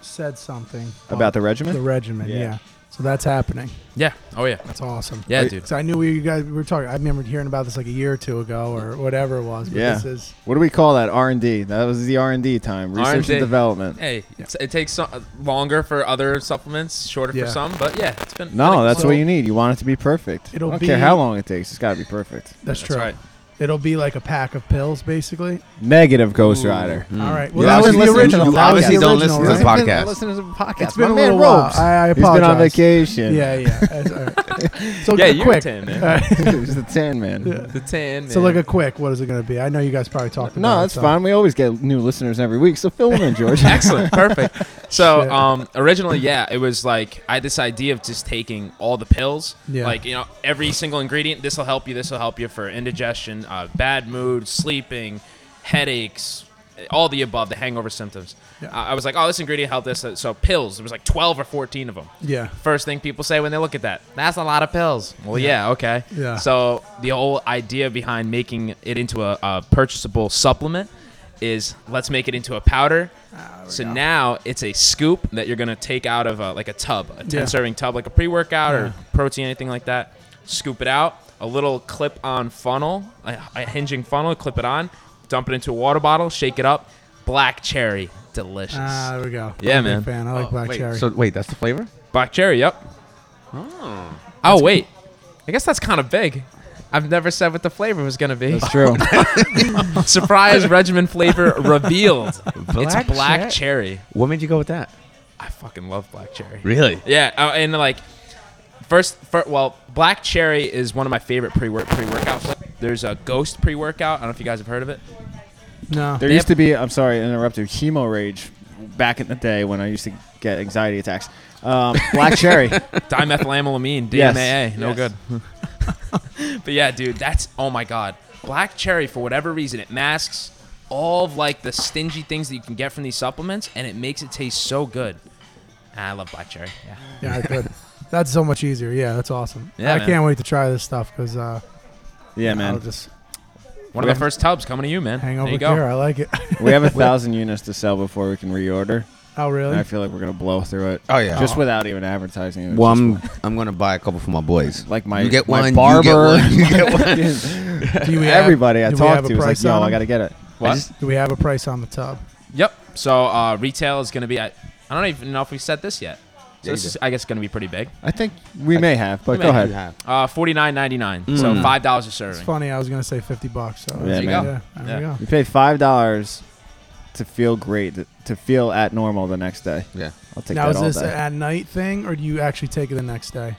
S3: said something
S1: about the
S3: Um, the
S1: regiment.
S3: regimen.
S1: Yeah.
S3: Yeah. So that's happening.
S4: yeah. Oh yeah.
S3: That's awesome.
S4: Yeah,
S1: Are-
S4: dude.
S3: So I knew we you guys we were talking. I remember hearing about this like a year or two ago or whatever it was. But
S1: Yeah.
S3: This is
S1: What do we call that? R and D. That was the R and D time. Research
S4: R&D.
S1: and development.
S4: Hey, it's, it takes so, longer for other supplements, shorter
S3: Yeah.
S4: for some, but yeah, it's been.
S1: No, that's
S3: So-
S1: what you need. You want it to be perfect. I
S3: It'll
S1: don't
S3: be-
S1: care how long it takes. It's got to be perfect.
S3: that's,
S4: That's
S3: true.
S4: right.
S3: It'll be like a pack of pills, basically.
S1: Negative Ghost Rider.
S3: All right. Well,
S1: Yeah, I
S3: that was
S1: wasn't
S3: the
S1: listening
S3: original.
S1: to
S3: That was the
S1: you.
S2: Obviously, don't
S3: original,
S2: listen to the
S3: right?
S2: podcast.
S1: I listen to the podcast.
S3: It's been
S1: My
S3: a
S1: man
S3: little while.
S1: Ropes.
S3: I, I
S1: He's been on
S3: apologize.
S1: vacation.
S3: Yeah, yeah. That's all right. So
S4: Yeah,
S3: a
S4: you're
S3: quick.
S4: ten, man.
S3: all
S1: (laughs)
S3: right.
S1: He's the tan man.
S4: The tan.
S3: So
S4: man.
S3: like a quick. What is it going to be? I know you guys probably talked about.
S1: No,
S3: it,
S1: that's
S3: so-
S1: fine. We always get new listeners every week, so fill them in,
S3: (laughs)
S1: George.
S4: Excellent. Perfect. So
S3: Shit.
S4: um, originally, yeah, it was like I had this idea of just taking all the pills.
S3: Yeah.
S4: Like, you know, every single ingredient, this will help you, this will help you for indigestion, uh, bad mood, sleeping, headaches, all the above, the hangover symptoms.
S3: Yeah.
S4: I I was like, oh, this ingredient helped this. So pills, there was like 12 or 14 of them.
S3: Yeah.
S4: First thing people say when they look at that, that's a lot of pills. Well, yeah, okay.
S3: Yeah.
S4: So the whole idea behind making it into a, a purchasable supplement is let's make it into a powder.
S3: Ah,
S4: so now it's a scoop that you're gonna take out of a, like a tub, a ten
S3: Yeah.
S4: serving tub, like a pre workout
S3: Yeah.
S4: or protein, anything like that. Scoop it out, a little clip on funnel, a, a hinging funnel, clip it on, dump it into a water bottle, shake it up. Black cherry, delicious.
S3: Ah, there we go.
S4: Yeah,
S3: I'm a big
S4: man.
S3: Fan. I like
S2: Oh,
S3: black
S2: wait,
S3: cherry.
S2: So wait, that's the flavor?
S4: Black cherry, yep. Oh. wait. I guess that's kind of big. I've never said what the flavor was going to be. (laughs)
S1: That's
S3: (laughs)
S1: true.
S4: Surprise regimen flavor (laughs) revealed.
S2: Black
S4: it's black
S2: cher-
S4: cherry.
S2: What made you go with that?
S4: I fucking love black cherry.
S2: Really?
S4: Yeah, uh, and like first, fir- well, black cherry is one of my favorite pre-work pre-workouts. There's a ghost pre-workout. I don't know if you guys have heard of it.
S3: no.
S1: There
S4: They
S1: used to
S4: have-
S1: be, I'm sorry, I interrupted, chemo rage back in the day when I used to get anxiety attacks. Um, black
S3: (laughs)
S1: cherry.
S4: Dimethylamylamine, DMAA,
S1: Yes.
S4: no
S1: Yes.
S4: good. (laughs) but yeah, dude, that's oh my god. Black cherry for whatever reason it masks all of like the stingy things that you can get from these supplements and it makes it taste so good. Ah, I love black cherry. Yeah.
S3: Yeah, I could. That's so much easier. Yeah, that's awesome.
S4: Yeah,
S3: I
S4: man.
S3: can't wait to try this stuff because uh,
S1: Yeah,
S3: I'll
S1: man.
S3: just
S4: One of the first tubs coming to you, man.
S3: hang
S4: there
S3: over
S4: you go.
S3: here. I like it. (laughs)
S1: We have a thousand units to sell before we can reorder.
S3: oh,
S1: And I
S3: really?
S1: feel like we're going to blow through it.
S2: Oh, yeah.
S1: Just without even advertising. It was
S2: Well,
S1: just
S2: I'm, I'm going to buy a couple for my boys.
S1: like my,
S2: you get
S1: my
S2: one,
S1: barber.
S2: You
S1: (laughs)
S2: get one. You get one. (laughs)
S3: (laughs) Do we have-
S1: Everybody I
S3: do we have
S1: talked
S3: a
S1: to was like,
S3: price
S1: yo,
S3: on
S1: I
S3: them?
S1: got to get it.
S4: What?
S3: Do we have a price on the tub?
S4: Yep. So uh, retail is gonna be at I don't even know if we said this yet. So
S2: you
S4: this
S2: do.
S4: is, I guess, going to be pretty big.
S1: I think we may have, but go ahead.
S4: may
S2: Yeah.
S4: Uh, forty nine ninety nine. So five dollars a
S3: It's
S4: serving.
S3: funny. I was gonna say fifty bucks. So
S1: There you
S3: yeah,
S1: go.
S3: there
S4: Yeah.
S3: we
S1: You pay five dollars to feel great, to- to feel at normal the next day.
S2: Yeah.
S1: I'll
S3: go.
S1: take
S3: Now
S1: that
S3: is
S1: all
S3: this
S1: day.
S3: an at night thing, or do you actually take it the next day?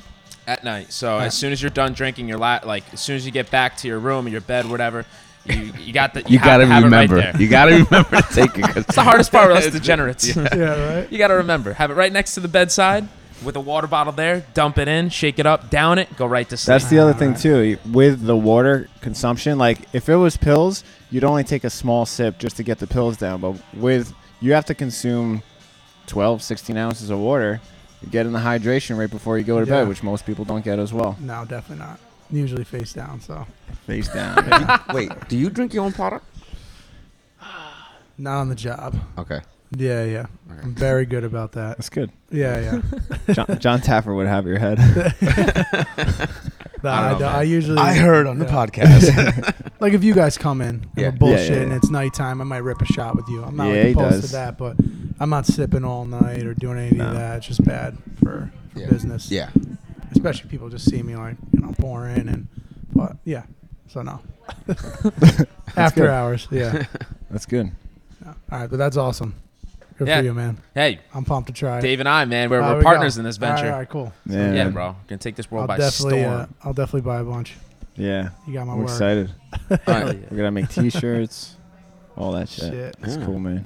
S4: at night. So
S3: Yeah.
S4: as soon as you're done drinking your la- like as soon as you get back to your room or your bed, whatever, you, you got the you,
S2: You
S4: have
S2: gotta
S4: to have
S2: remember.
S4: it right there.
S2: you (laughs) gotta remember to take it. 'cause-
S4: It's the hardest part with us degenerates.
S3: yeah, right.
S4: (laughs) you gotta remember, have it right next to the bedside with a water bottle there. Dump it in, shake it up, down it, go right to sleep.
S1: That's the other thing too. you- With the water consumption, like if it was pills, you'd only take a small sip just to get the pills down. But with you have to consume 12, 16 ounces of water. You get in the hydration right before you go to
S3: Yeah.
S1: bed, which most people don't get as well.
S3: No, definitely not. Usually face down. So
S1: Face down. baby.
S2: Wait, do you drink your own product?
S3: not on the job.
S2: Okay.
S3: Yeah, yeah. I'm very good
S1: (laughs)
S3: about
S1: (laughs)
S3: that.
S1: That's good.
S3: Yeah, yeah.
S1: John, John Taffer would have your head.
S3: No,
S4: I
S3: I,
S4: don't know,
S3: don't- I
S4: man.
S3: usually yeah.
S2: podcast.
S3: Like if you guys come in,
S2: Yeah.
S3: yeah. bullshit,
S1: Yeah, yeah, yeah.
S3: and it's nighttime, I might rip a shot with you. I'm not
S1: Yeah,
S3: like
S1: he
S3: opposed to
S1: does.
S3: that, but I'm not sipping all night or doing any
S1: No.
S3: of that. It's just bad for, for
S2: Yeah. (laughs)
S3: business.
S2: yeah.
S3: especially people just see me like you know boring and but yeah,
S1: (laughs)
S3: so no. After
S1: good.
S3: hours,
S1: (laughs)
S3: yeah.
S1: That's good.
S3: No. All right, but that's awesome. Good
S4: Yeah.
S3: for you, man.
S4: hey,
S3: I'm pumped to try. it.
S4: Dave and I, man, we're,
S3: All right,
S4: we're
S3: we go.
S4: partners in this
S3: All right,
S4: venture.
S3: All right, cool.
S1: Yeah.
S4: Yeah, bro, gonna take this world
S3: I'll
S4: by
S3: definitely,
S4: storm.
S3: uh, I'll definitely buy a bunch.
S1: Yeah.
S3: You got my
S1: I'm
S3: word.
S1: excited.
S2: All right.
S1: We're gonna make T-shirts, all that shit.
S3: Shit.
S1: That's
S2: Yeah.
S1: cool, man.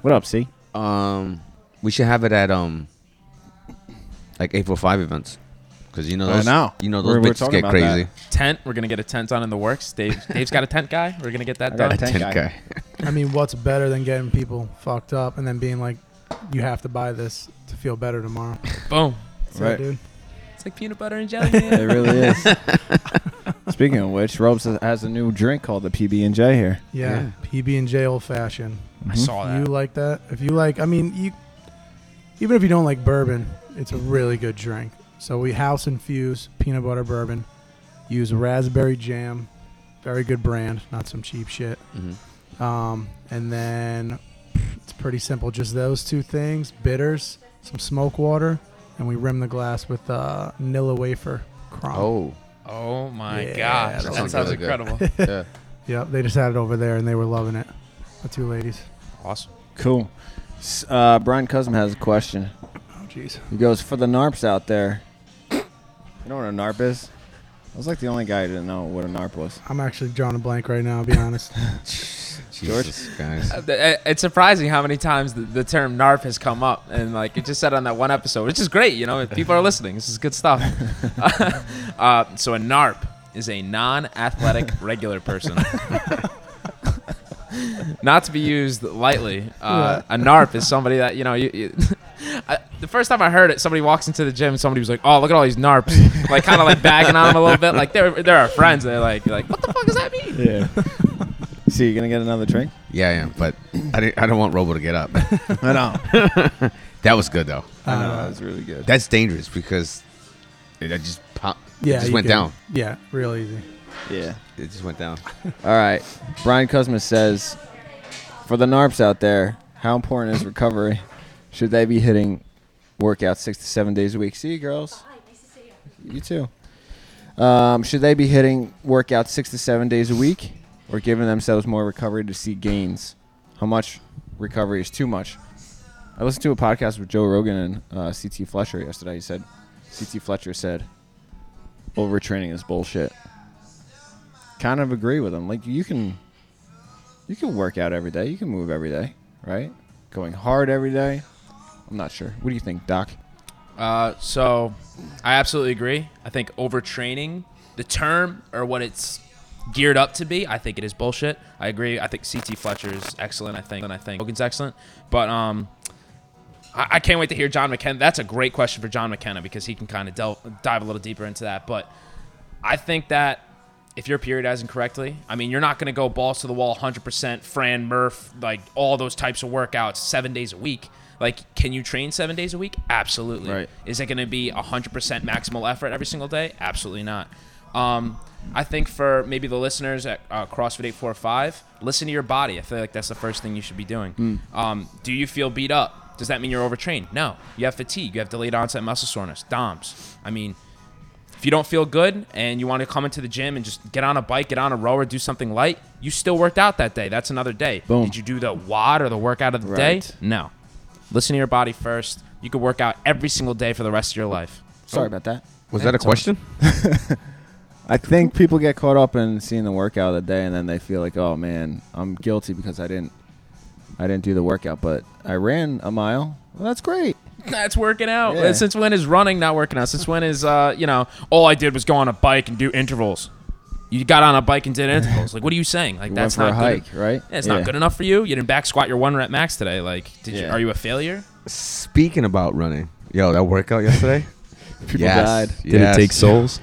S1: What up, C?
S2: Um, we should have it at um, like eight four five events, because you know
S1: I
S2: those.
S1: know.
S2: You know
S1: We're-
S2: those
S1: we're
S2: bitches
S1: talking
S2: get
S1: about
S2: crazy.
S4: Tent, we're gonna get a tent on in the works. Dave, Dave's got a tent guy. We're gonna get that
S1: I got
S4: done.
S1: a tent. Thank
S2: Ten
S1: God.
S2: guy.
S3: I mean, what's better than getting people fucked up and then being like, you have to buy this to feel better tomorrow?
S4: Boom.
S3: That's it,
S1: Right.
S3: dude.
S4: It's like peanut butter and
S1: (laughs)
S4: jelly, man.
S1: It really is. Speaking of which, Robes has a new drink called the PB and J here. Mm-hmm.
S3: Yeah,
S2: Yeah.
S3: PB and J old fashioned.
S4: I saw
S3: You
S4: that.
S3: like that? If you like, I mean, you even if you don't like bourbon, it's a really good drink. So we house infuse peanut butter bourbon, use raspberry jam, very good brand, not some cheap shit.
S1: Mm-hmm.
S2: Mhm.
S3: Um, and then it's pretty simple, just those two things: bitters, some smoke water, and we rim the glass with uh, Nilla wafer crumb.
S2: Oh,
S4: Oh my
S3: Yeah,
S4: gosh,
S3: that
S4: that,
S2: sounds
S4: sounds
S2: really good.
S4: incredible.
S2: (laughs) yeah.
S3: Yep, they just had it over there, and they were loving it. The two ladies.
S4: awesome.
S1: Cool. S- Uh, Brian Cusm has a question.
S3: Oh, jeez.
S1: He goes for the narps out there. You know what a narp is? I was like the only guy who didn't know what a narp was.
S3: I'm actually drawing a blank right now. I'll be honest.
S2: (laughs)
S1: George?
S2: Jesus, guys.
S4: Uh, th- uh, It's surprising how many times the, the term NARP has come up, and like you just said on that one episode, which is great. You know, if people are listening. This is good stuff. uh, so a NARP is a non-athletic regular person. Not to be used lightly. Uh, A NARP is somebody that you know. You, you (laughs) I, the first time I heard it, somebody walks into the gym. Somebody was like, "Oh, look at all these NARPs!" like kind of like bagging on them a little bit. Like they're they're our friends. They're like like, "What the fuck does that mean?"
S1: Yeah. (laughs) See, you gonna get another drink?
S2: Yeah, yeah. But I, didn't, I don't want Robo to get up.
S1: I (laughs) know.
S2: that was good though.
S1: I know.
S3: Uh,
S1: That was really good.
S2: That's dangerous because it I just pop.
S3: Yeah,
S2: It just
S3: you
S2: went
S3: can-
S2: down.
S3: Yeah, real easy.
S1: Yeah.
S2: It just went down.
S1: All right. Brian Cosmas says, for the NARPs out there, how important is recovery? Should they be hitting workouts six to seven days a week? See you, girls. You too. Um, should they be hitting workouts six to seven days a week or giving themselves more recovery to see gains? How much recovery is too much? I listened to a podcast with Joe Rogan and uh, CT Fletcher yesterday. He said, CT Fletcher said, overtraining is bullshit kind of agree with him. Like you can, you can work out every day. You can move every day, right? Going hard every day. I'm not sure. What do you think, Doc?
S4: Uh, so I absolutely agree. I think overtraining, the term or what it's geared up to be, I think it is bullshit. I agree. I think CT Fletcher is excellent. I think, and I think Hogan's excellent. But um, I, I can't wait to hear John McKenna. That's a great question for John McKenna because he can kind of del- dive a little deeper into that. But I think that if you're periodizing correctly, I mean, you're not going to go balls to the wall 100%, Fran, Murph, like all those types of workouts seven days a week. Like, can you train seven days a week? Absolutely.
S1: Right.
S4: Is it going to be 100% maximal effort every single day? Absolutely not. Um, I think for maybe the listeners at uh, CrossFit 845, listen to your body. I feel like that's the first thing you should be doing. Um, do you feel beat up? Does that mean you're overtrained? No. You have fatigue. You have delayed onset muscle soreness. DOMS. I mean, if you don't feel good and you want to come into the gym and just get on a bike, get on a rower, do something light, you still worked out that day. That's another day.
S1: Boom.
S4: Did you do the WOD or the workout of the
S1: Right.
S4: day? No. Listen to your body first. You could work out every single day for the rest of your life.
S1: Sorry about that.
S2: Was that a
S4: it's all-
S2: question?
S1: I think people get caught up in seeing the workout of the day, and then they feel like, "Oh man, I'm guilty because I didn't, I didn't do the workout, but I ran a mile. Well, that's great.
S4: That's working out.
S1: Yeah.
S4: Since when is running not working out? Since when is uh, you know, all I did was go on a bike and do intervals. You got on a bike and did intervals. Like what are you saying? Like
S1: You
S4: that's
S1: went for
S4: not
S1: a
S4: good.
S1: hike, right?
S4: Yeah, it's
S1: Yeah.
S4: not good enough for you. You didn't back squat your one rep max today. Like, did you?
S1: Yeah.
S4: Are you a failure?
S2: Speaking about running, yo, that workout yesterday.
S1: People
S2: Yes.
S1: died.
S5: Did
S2: Yes.
S5: it take souls?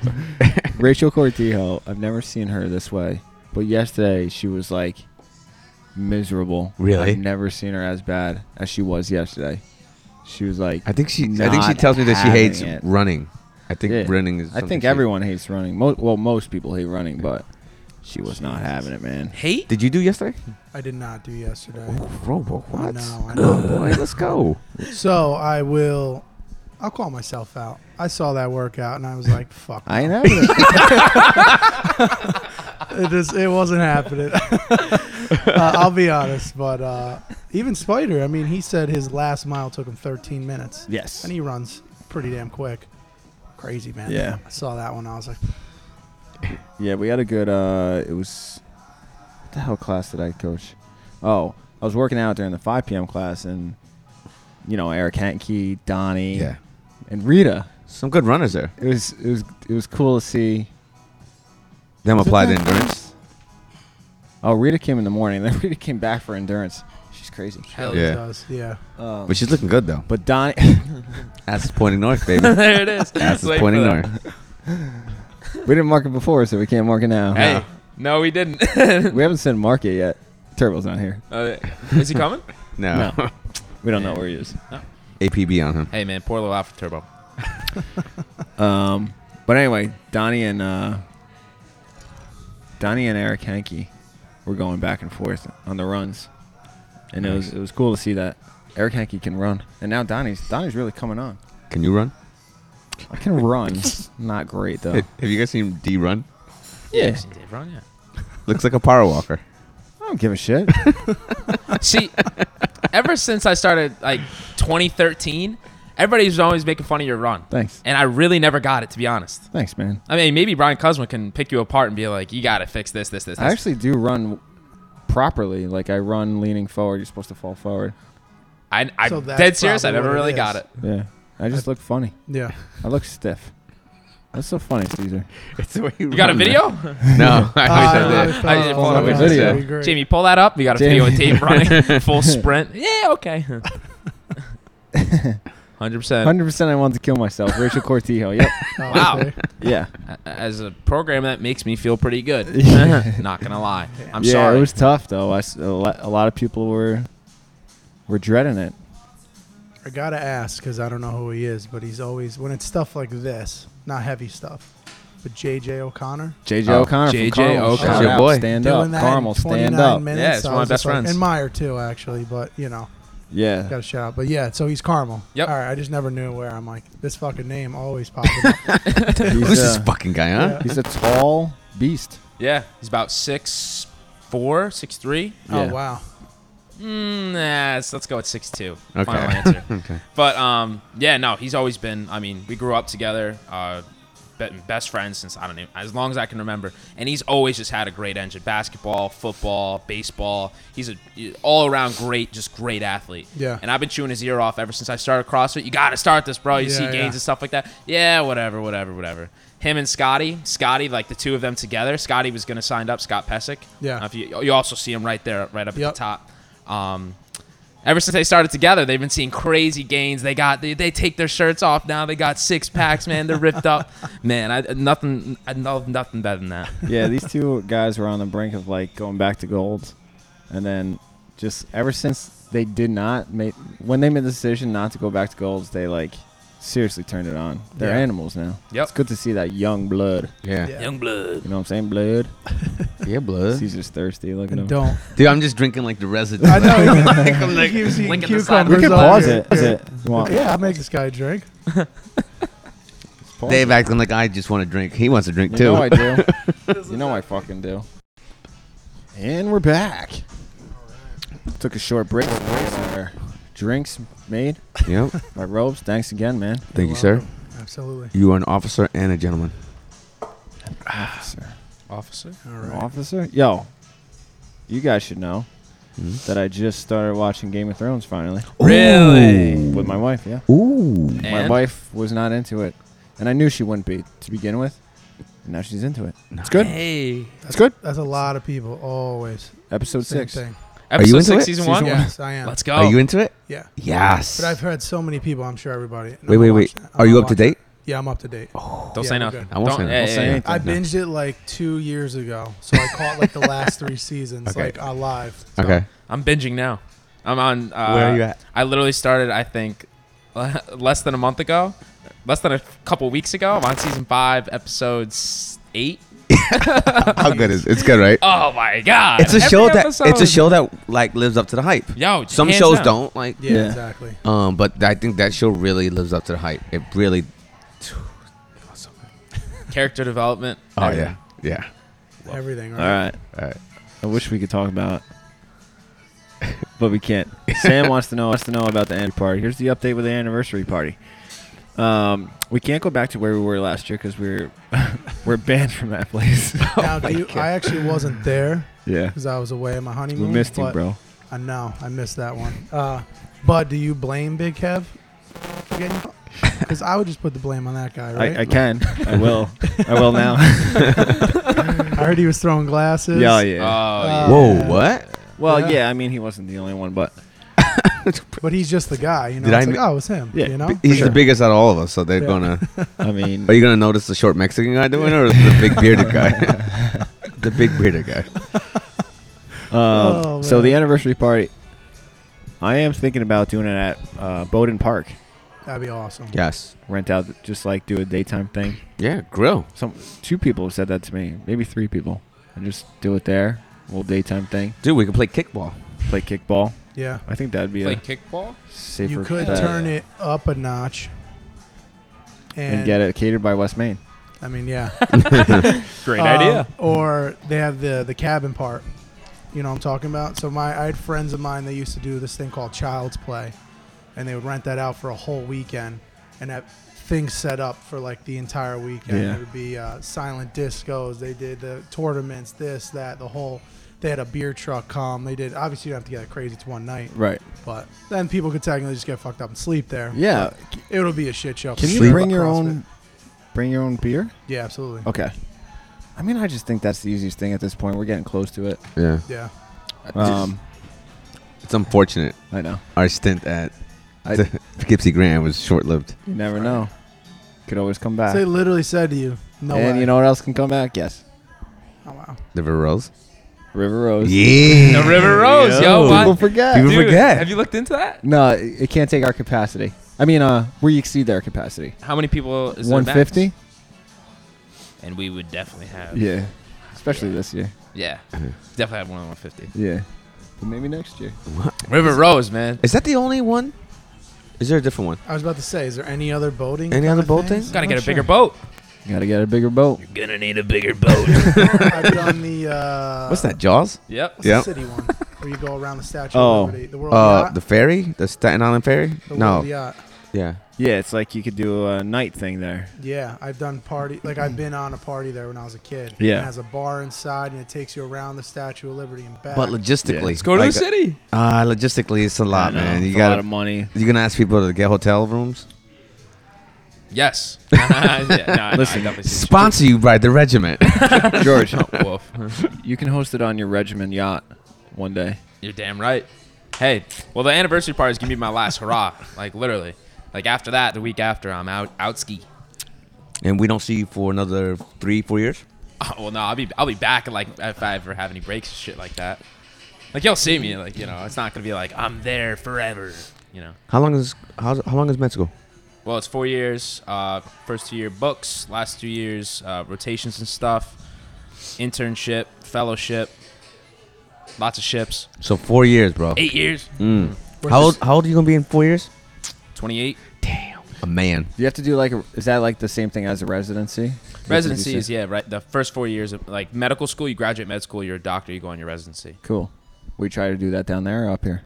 S1: Rachel Cortijo, I've never seen her this way, but yesterday she was like miserable.
S2: Really?
S1: I've never seen her as bad as she was yesterday. She was like,
S2: I think she. I think she
S1: Not
S2: tells me that she
S1: having
S2: hates
S1: it.
S2: running. I think
S1: Yeah.
S2: running is.
S1: I
S2: something
S1: think
S2: she-
S1: everyone hates running. Mo- well, most people hate running, but she was not having it, man.
S4: Hate?
S2: Did you do yesterday?
S3: I did not do yesterday.
S2: Robo, what?
S3: know, I
S2: Come on, boy, let's go.
S3: So I will. I'll call myself out. I saw that workout and I was like, "Fuck!"
S1: I ain't having
S2: (laughs)
S1: it.
S3: It just it wasn't happening. (laughs) uh, I'll be honest, but uh, even Spider, I mean, he said his last mile took him 13 minutes,
S1: yes.
S3: and he runs pretty damn quick. Crazy man.
S1: Yeah.
S3: I saw that one. I was like,
S1: Yeah, we had a good. uh It was what the hell class did I coach? Oh, I was working out during the 5 p.m. class, and you know Eric Hankey, Donnie,
S2: Yeah,
S1: and Rita.
S2: some good runners there.
S1: It was it was it was cool to see.
S2: Them
S1: Was it
S2: applied
S1: that-
S2: endurance.
S1: Oh, Rita came in the morning. (laughs) Then Rita came back for endurance. She's crazy.
S4: Hell
S3: "It
S2: Yeah.
S3: does, yeah."
S1: Um,
S2: But she's looking good though.
S1: but (laughs) Donnie,
S2: Ass is pointing north, baby.
S4: (laughs) there it is.
S2: Ass is
S4: Wait for
S2: pointing
S4: that.
S2: north.
S1: we didn't mark it before, so we can't mark it now.
S4: Hey, no, we didn't. (laughs)
S1: we haven't said mark it yet. Turbo's not here.
S4: Uh, is he coming?
S2: No. (laughs)
S1: No. We don't know where he is.
S2: APB on him.
S4: Hey man, pour a little out for Turbo.
S1: Um, but anyway, Donnie and uh, Donnie and Eric Hankey were going back and forth on the runs, and it was it was cool to see that Eric Hankey can run, and now Donnie's Donnie's really coming on.
S2: Can you run?
S1: I can
S4: (laughs)
S1: run, not great though.
S2: Hey, have you guys seen D run?
S1: Yeah,
S4: Dave Run, yeah.
S2: Looks like a power walker.
S1: I don't give a
S4: (laughs)
S1: shit.
S4: See, ever since I started like 2013, everybody's always making fun of your run,
S1: Thanks,
S4: and I really never got it to be honest.
S1: thanks, man.
S4: I mean, maybe Brian Cosma can pick you apart and be like, "You got to fix this, this, this."
S1: I
S4: this."
S1: actually do run properly. Like I run leaning forward. You're supposed to fall forward.
S4: I, I'm
S3: So that's
S4: dead serious. I
S3: probably
S4: never
S3: what it
S4: really
S3: is.
S4: got it.
S1: Yeah, I just look funny. (laughs)
S3: Yeah.
S1: I look stiff. That's so funny, Caesar.
S2: It's the way
S4: You got a video,
S2: (laughs) No, Uh, I wish I did.
S4: I didn't follow
S1: up with video.
S4: Jamie? Pull that up. We got a video of Dave running full sprint. Yeah, okay. Hundred percent.
S1: Hundred percent. I wanted to kill myself. Rachel Cortijo. Yep.
S3: Oh,
S4: Wow.
S1: Yeah.
S4: As a program, that makes me feel
S1: (laughs)
S4: pretty good. Uh-huh. Not gonna lie. I'm
S1: yeah,
S4: sorry.
S1: it was tough though. I s- a lot, a lot of people were were dreading it.
S3: I gotta ask because I don't know who he is, but he's always when it's stuff like this, not heavy stuff, but JJ O'Connor
S1: JJ
S2: Oh,
S1: O'Connor. from
S4: JJ
S1: Carmel,
S4: O'Connor.
S1: shout
S2: Your
S1: out,
S2: boy.
S1: Stand
S3: doing
S1: up,
S3: that. in
S1: Carmel. Stand
S3: 29
S1: up.
S3: Minutes,
S4: Yeah, it's
S3: I
S4: one
S3: was
S4: of my
S3: just
S4: best
S3: like-
S4: friends.
S3: and Meyer too, actually. But you know, (laughs)
S1: Yeah.
S3: gotta shout out. But yeah, so he's Carmel.
S4: Yep.
S3: All right, I just never knew where. I'm like, this fucking name always popping
S2: (laughs)
S3: up.
S1: He's,
S2: Who's this
S1: a,
S2: fucking guy, huh?
S1: he's a tall beast.
S4: yeah, he's about six four, six three.
S1: Yeah.
S3: Oh wow.
S4: Mm, nah, let's, let's go with six two.
S2: Okay. (laughs)
S4: Final answer.
S2: Okay.
S4: But um, yeah, no, he's always been. I mean, we grew up together, uh, be- best friends since I don't know, as long as I can remember. And he's always just had a great engine: basketball, football, baseball. He's a all around great, just great athlete.
S3: Yeah.
S4: And I've been chewing his ear off ever since I started CrossFit. You got to start this, bro. You see
S3: Yeah,
S4: gains
S3: yeah.
S4: and stuff like that. Yeah, whatever, whatever, whatever. Him and Scotty, Scotty, like the two of them together. Scotty was gonna sign up. Scott Pesic.
S3: Yeah.
S4: I don't know If you, you also see him right there, right up
S3: Yep.
S4: at the top. Um, ever since they started together, they've been seeing crazy gains. They got they, they take their shirts off now. They got six packs, man. They're ripped up, man. I nothing I love nothing better than that.
S1: yeah, these two guys were on the brink of like going back to gold, and then just ever since they did not make when they made the decision not to go back to golds, they like seriously turned it on. They're
S4: Yeah.
S1: animals now.
S4: Yep.
S1: It's good to see that young blood.
S2: Yeah.
S3: Yeah.
S4: Young blood.
S1: You know what I'm saying? Blood.
S2: Yeah, blood.
S1: Caesar's thirsty. Look at
S3: And
S1: him.
S3: don't.
S2: Dude, I'm just drinking like the residue.
S3: I know.
S2: (laughs) like, I'm like,
S3: He keeps eating
S2: licking the side of
S1: We
S3: cucumbers
S1: could
S3: all
S1: pause
S3: year.
S1: it. Is it? You want-
S3: Yeah, I'll make this guy a drink.
S1: pause
S2: Dave
S1: it.
S2: acting like I just want to drink. He wants to drink
S1: You
S2: too.
S1: know I do. you know I fucking do. And we're back. Took a short break. Our Drinks made
S2: (laughs) yep.
S1: by Robes. Thanks again, man.
S2: Thank you, sir.
S3: Absolutely.
S2: You are an officer and a gentleman.
S1: Officer.
S4: Officer.
S3: All right.
S1: Officer? Yo, you guys should know
S4: Hmm?
S2: Mhm.
S1: that I just started watching Game of Thrones finally
S4: Really?
S1: with my wife, yeah.
S2: Ooh.
S1: My
S4: And?
S1: wife was not into it, and I knew she wouldn't be to begin with. And now she's into it. It's good.
S4: Hey.
S1: It's good.
S3: That's a lot of people always.
S1: Episode
S3: Same
S1: six.
S3: thing.
S4: Episode
S2: into
S4: six,
S2: it?
S4: season
S1: Season
S4: one.
S1: one.
S3: Yes, I am.
S4: Let's go.
S2: Are you into it?
S3: yeah.
S2: Yes.
S3: But I've heard so many people, I'm sure everybody. and
S2: wait,
S3: I'm
S2: wait,
S3: gonna
S2: wait.
S3: watch that. I'm
S2: Are
S3: gonna
S2: you up to
S3: watch
S2: date? Oh,
S3: Yeah, I'm up to date.
S4: Don't
S3: Yeah,
S4: say
S3: we're
S4: nothing.
S3: good.
S2: I won't
S4: Don't-
S2: say
S4: hey,
S2: nothing.
S1: Don't say
S4: hey,
S1: anything.
S3: I
S2: No.
S3: binged it like two years ago, so I caught like the last
S2: (laughs)
S3: three seasons,
S2: Okay.
S3: like alive.
S2: Okay.
S4: I'm binging now. I'm on. Uh,
S2: Where are you at?
S4: I literally started. I think (laughs) less than a month ago, less than a couple weeks ago. I'm on season five, episode s- eight.
S2: How good is it? It's good, right?
S4: Oh my
S2: (laughs)
S4: god!
S2: It's a
S4: Every
S2: show that it's a
S4: episode.
S2: show that like lives up to the hype.
S4: Yo,
S2: Some
S4: hands
S2: shows
S4: down.
S2: don't like,
S3: Yeah,
S1: Yeah.
S3: exactly.
S2: um, but I think that show really lives up to the hype. It really.
S4: Character development.
S2: Oh yeah, yeah.
S3: Everything.
S1: All
S3: Right?
S1: right.
S2: All right.
S1: I wish we could talk about, but we can't.
S4: (laughs)
S1: Sam wants to know wants to know about the anniversary party. Here's the update with the anniversary party. Um, we can't go back to where we were last year because we're (laughs) we're banned from that place. (laughs)
S2: (laughs)
S1: Oh
S3: Now, do you, I actually wasn't there
S1: yeah,
S3: because I was away on my
S1: we
S3: honeymoon.
S1: missed you,
S3: but-
S1: bro.
S3: I know. I missed that one. Uh, but do you blame
S1: (laughs)
S3: Big Kev? Because I would just put the blame on that guy, right?
S1: I, I (laughs) can. I will. I will now.
S3: I heard he was throwing
S1: (laughs)
S3: glasses.
S1: yeah, yeah.
S4: Oh, yeah.
S3: Uh,
S2: Whoa, what?
S1: well,
S3: yeah.
S1: yeah. I mean, he wasn't the only one, but
S3: But he's just the guy, you know.
S2: Did
S3: it's
S2: I
S3: like,
S2: mi-
S3: oh, it was him.
S1: Yeah,
S3: you know.
S2: B- He's
S1: sure.
S2: the biggest out of all of us, so they're
S3: Yeah.
S2: gonna.
S1: I (laughs) mean,
S2: Are you gonna notice the short Mexican guy doing, it or the big bearded guy? the big bearded guy.
S1: um,
S3: Oh,
S1: so
S3: man.
S1: the anniversary party. I am thinking about doing it at uh, Bowden Park.
S3: That'd be awesome.
S2: Yes.
S1: Rent out, just like do a daytime thing.
S2: Yeah, grill.
S1: Some two people have said that to me, maybe three people, and just do it there. Little daytime thing,
S2: Dude, we can play kickball.
S1: play kickball.
S3: Yeah.
S1: I think that'd be
S4: Play
S1: a
S4: kickball.
S1: safer.
S3: you could
S1: bet.
S3: turn it up a notch. And,
S1: and get it catered by West Maine.
S3: I mean, yeah.
S4: Great
S3: Um, Or they have the the cabin part. You know what I'm talking about? So my I had friends of mine that used to do this thing called child's play and they would rent that out for a whole weekend and have things set up for like the entire weekend.
S1: Yeah.
S3: It would be uh, silent discos, they did the tournaments, this, that, the whole they had a beer truck come. They did obviously you don't have to get crazy, it's one night,
S1: Right.
S3: but then people could technically just get fucked up and sleep there.
S1: Yeah.
S3: It'll be a shit show.
S1: Can you
S2: Sleep.
S1: bring your
S3: CrossFit.
S1: own? Bring your own beer.
S3: Yeah, absolutely.
S1: Okay. I mean, I just think that's the easiest thing at this point. We're getting close to it.
S2: Yeah.
S3: Yeah.
S1: Um,
S2: It's unfortunate.
S1: I know.
S2: Our stint at
S1: I-
S2: (laughs) Poughkeepsie Grand was short lived.
S1: You never know. Could always come back.
S3: So they literally said to you, no
S1: and
S3: way.
S1: you know what else can come back? Yes.
S3: oh, wow.
S2: River Rose.
S1: River Rose. Oh,
S2: Yeah.
S4: The River Rose, yo.
S2: Yo.
S4: what?
S1: People forget.
S2: People
S4: Dude,
S2: forget.
S4: Have you looked into that?
S1: No, it it can't take our capacity. I mean, uh, we exceed their capacity.
S4: How many people is there
S1: One
S4: max?
S1: fifty.
S4: And we would definitely have.
S1: Yeah. Especially this year.
S4: Yeah.
S2: Mm-hmm.
S4: Definitely have one on 150.
S1: Yeah. But maybe next year.
S4: River Rose, man.
S2: Is that the only one? Is there a different one?
S3: I was about to say, is there any other boating?
S2: Any
S3: kind
S2: other
S3: of
S2: boat
S3: things?
S2: things?
S4: Gotta
S3: I'm
S4: get a
S3: not
S4: bigger boat.
S1: Gotta get a bigger boat.
S4: Gonna need a bigger boat.
S3: sure. I've done the. Uh,
S2: (laughs) What's that? Jaws?
S4: yep.
S3: What's
S2: Yep.
S3: the city one where you go around the Statue
S1: Oh.
S3: of Liberty? The World
S2: Uh,
S3: Yacht.
S2: the ferry, the Staten Island ferry.
S3: The
S2: no.
S3: World
S4: uh,
S3: Yacht.
S2: Yeah.
S1: Yeah, it's like you could do a night thing there.
S3: Yeah, I've done party. Like I've been on a party there when I was a kid.
S1: Yeah.
S3: It has a bar inside, and it takes you around the Statue of Liberty and back.
S2: But logistically,
S1: Yeah.
S4: Let's uh, go to
S2: like,
S4: the city.
S2: Uh, logistically, it's a
S1: Ah,
S2: lot, man. You
S1: it's a lot of
S2: got.
S1: money.
S2: You gonna ask people to get hotel rooms?
S4: Yes. (laughs) yeah, no,
S1: Listen,
S4: no, I definitely see
S2: Sponsor you by the regiment. (laughs)
S1: (laughs) George,
S4: you. Wolf.
S1: you can host it on your regiment yacht one day.
S4: You're damn right. Hey, well, the anniversary party is gonna be my last hurrah. (laughs) Like literally, like after that, the week after, I'm out out ski. (laughs)
S2: and we don't see you for another three, four years.
S4: Oh, well, no, I'll be I'll be back. Like if I ever have any breaks, and shit like that. Like you'll see me. Like you know, it's not gonna be like I'm there forever. You know,
S2: How long is how, how long is Mexico?
S4: well, it's four years. Uh, first two year books, last two years uh, rotations and stuff, internship, fellowship, lots of ships.
S2: So four years, bro.
S4: Eight years,
S3: Where's
S2: How
S3: this-
S2: old? How old are you gonna be in four years?
S4: twenty-eight.
S2: A man.
S1: Do you have to do like a, is that like the same thing as a residency? You have to do
S4: Residency
S1: sa-
S4: is yeah, right. The first four years of like medical school, you graduate med school, you're a doctor, you go on your residency.
S1: cool. We try to do that down there or up here.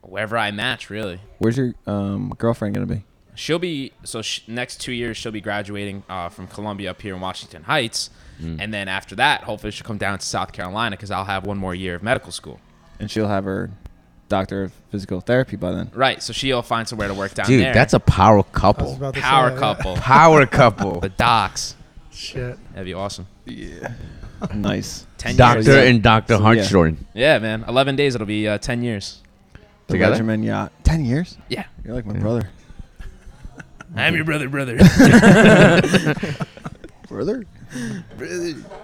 S4: Wherever I match, really.
S1: Where's your um, girlfriend gonna be?
S4: She'll be so sh- next two years she'll be graduating uh, from Columbia up here in Washington Heights,
S2: Mm.
S4: and then after that, hopefully she'll come down to South Carolina because I'll have one more year of medical school.
S1: And she'll have her doctor of physical therapy by then.
S4: Right, so she'll find somewhere to work down
S2: Dude,
S4: there.
S2: that's a power
S3: I was
S2: couple.
S3: about to say
S4: (laughs) power
S3: that.
S4: couple,
S2: Power
S4: (laughs)
S2: couple.
S4: the docs.
S3: Shit.
S4: That'd be awesome.
S1: Nice.
S4: Ten
S2: Doctor
S4: years.
S2: and Doctor
S1: So, yeah.
S2: Hartshorn.
S4: yeah, man. Eleven days. It'll be uh, ten years.
S1: The
S2: Together?
S1: regimen yacht. Ten years?
S4: Yeah,
S1: You're like my brother.
S4: I'm your
S2: (laughs)
S4: brother, brother.
S1: Brother?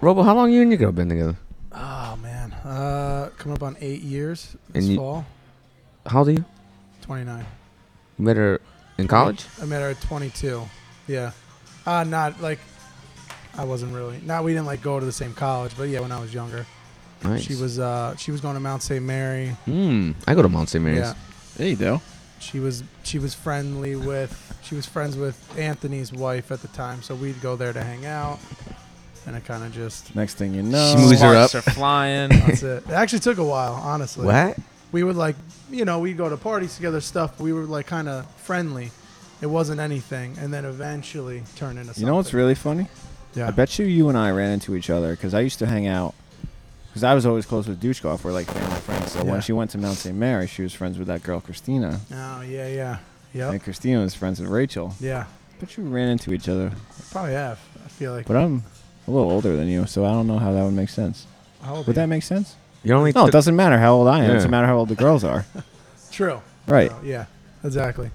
S2: Robo, how long you and your girl been together?
S3: Oh man. Uh, coming up on eight years
S2: And
S3: this
S2: you-
S3: fall.
S2: How old are you?
S3: Twenty nine.
S2: You met her in college?
S3: I met her at 22. Yeah. Uh, not like I wasn't really. Not we didn't like go to the same college, but yeah, when I was younger,
S2: Nice.
S3: she was uh she was going to Mount St. Mary.
S2: Hmm. I go to Mount St. Mary's.
S3: Yeah.
S1: There you go.
S3: She was she was friendly with she was friends with Anthony's wife at the time, so we'd go there to hang out. And it kind of just
S1: Next thing you know.
S2: She moves her
S4: Sparks
S2: up.
S4: are flying. (laughs)
S1: (laughs)
S3: that's it. It actually took a while, honestly.
S2: What?
S3: we would like you know we'd go to parties together stuff we were like kind of friendly it wasn't anything and then eventually turned into something
S1: You know what's really funny?
S3: yeah
S1: I bet you you and I ran into each other because I used to hang out because I was always close with Dushkov. We're like family friends. So
S3: Yeah.
S1: when she went to Mount St. Mary, she was friends with that girl Christina,
S3: oh yeah yeah yep
S1: and Christina was friends with Rachel.
S3: yeah
S1: But you ran into each other.
S3: probably have i feel like
S1: But I'm a little older than you, so I don't know how that would make sense.
S3: how old
S1: Would
S3: are
S1: that make sense?
S2: You're only
S1: No, it doesn't matter how old I am. It
S2: Yeah.
S1: doesn't matter how old the girls are.
S3: you? true
S1: Right.
S3: True. yeah exactly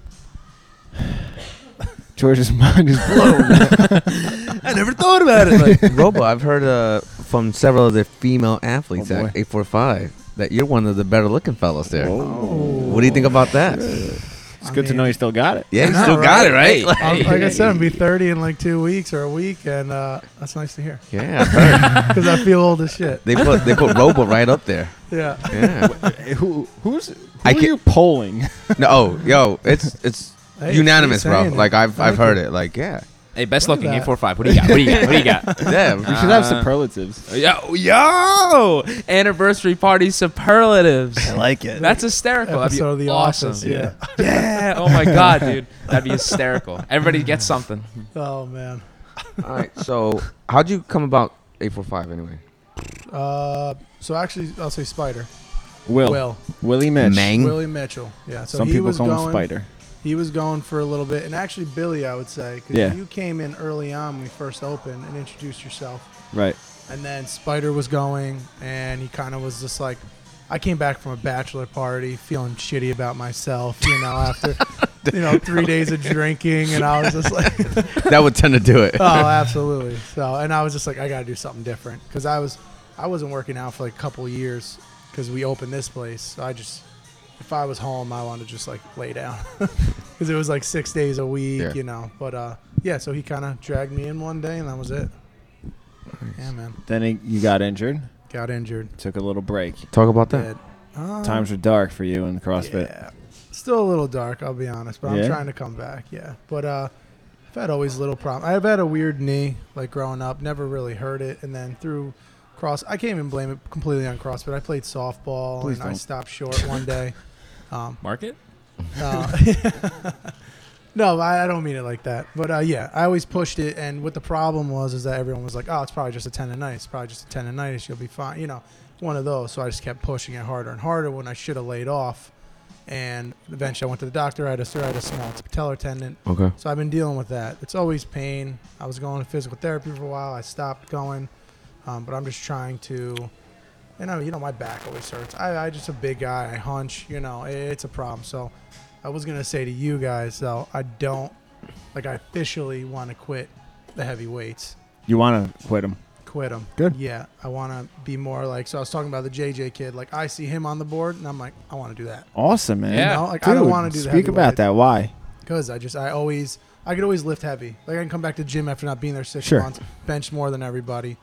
S1: George's mind is blown.
S3: i never thought about
S2: (laughs)
S3: it
S2: Robo, I've heard uh, from several of the female athletes
S1: Oh,
S2: at
S1: boy.
S2: 845 that you're one of the better looking fellas there. What do you think about that?
S1: it's good to know you still got it.
S2: Yeah, you
S3: know,
S2: still got it,
S4: right?
S2: right?
S4: Hey.
S3: like I said, I'm gonna be 30 in like two weeks or a week, and uh, that's nice
S1: (laughs)
S3: to hear
S2: yeah, I've heard.
S3: because I feel old as shit.
S2: they put they put Robo right up there.
S3: Yeah,
S2: Yeah.
S1: Who, who's who
S2: I ca-
S1: polling?
S2: No, oh, yo, it's it's
S3: (laughs) Hey, keep
S2: unanimous, bro.
S3: saying it.
S2: Like I've I've
S3: Thank
S2: heard it. Like
S3: (laughs)
S2: yeah,
S4: hey, best
S3: Look at
S4: looking
S3: that.
S4: eight four five. What do you got? What do
S3: (laughs)
S4: you got? What do you
S1: (laughs)
S4: got?
S1: You
S2: yeah.
S1: should have
S4: Uh,
S1: superlatives.
S4: Yo, yo! Anniversary party superlatives.
S1: like it.
S4: That's hysterical. That'd be
S3: episode of The
S4: awesome.
S3: Office. Yeah.
S4: Yeah. Oh my god, dude, that'd be hysterical. Everybody gets something.
S3: Oh man.
S2: All right. So how'd you come about eight four five anyway?
S3: Uh, so actually, I'll say Spider.
S1: Will.
S3: Will.
S1: Willie Mitch.
S2: Mang.
S3: Willie Mitchell. Yeah. So
S1: Some
S3: he
S1: people
S3: was
S1: call
S3: going,
S1: him Spider.
S3: He was going for a little bit, and actually Billy, I would say, 'cause
S1: Yeah.
S3: you came in early on when we first opened and introduced yourself,
S1: Right.
S3: and then Spider was going, and he kind of was just like, I came back from a bachelor party feeling shitty about myself, you know, after. You know, three days of drinking, and I was just like,
S2: (laughs) that would tend to do it.
S3: "Oh, absolutely." So, and I was just like, "I got to do something different," because I was, I wasn't working out for like a couple years because we opened this place. So I just, if I was home, I wanted to just like lay down (laughs) because it was like six days a week,
S2: Yeah.
S3: you know. But uh, yeah, so he kind of dragged me in one day, and that was it. Yeah, man,
S1: Then he, you got injured.
S3: got injured.
S1: Took a little break.
S2: Talk about that.
S3: Dead. Um,
S1: Times were dark for you in CrossFit.
S3: Yeah. Still a little dark, I'll be honest, but
S1: Yeah?
S3: I'm trying to come back. Yeah. But uh, I've had always little problem. I've had a weird knee like growing up, never really hurt it, and then through cross, I can't even blame it completely on CrossFit. I played softball
S1: Please
S3: and I
S1: don't.
S3: stopped short one day. Um,
S4: Market?
S3: uh, (laughs) no, I, I don't mean it like that. But uh, yeah, I always pushed it, and what the problem was is that everyone was like, "Oh, it's probably just a tendonitis. It's probably just a tendonitis. You'll be fine." You know, one of those. So I just kept pushing it harder and harder when I should have laid off. And eventually, I went to the doctor. I had a serratus small patellar tendon.
S2: Okay.
S3: So I've been dealing with that. It's always pain. I was going to physical therapy for a while. I stopped going, um, but I'm just trying to. And I, you know, my back always hurts. I, I just a big guy. I hunch. You know, it, it's a problem. So, I was gonna say to you guys though, I don't like. I officially want to quit the heavy weights.
S1: You want to quit him.
S3: Quit them.
S1: Good.
S3: Yeah, I want to be more like. So I was talking about the JJ kid. Like I see him on the board, and I'm like, I want to do that.
S1: Awesome, man.
S4: Yeah.
S3: You know, like I don't
S1: Dude,
S3: want to do the
S1: Speak about
S3: heavyweight.
S1: that. Why?
S3: because I just I always I could always lift heavy. Like I can come back to gym after not being there six
S1: Sure.
S3: months, bench more than everybody.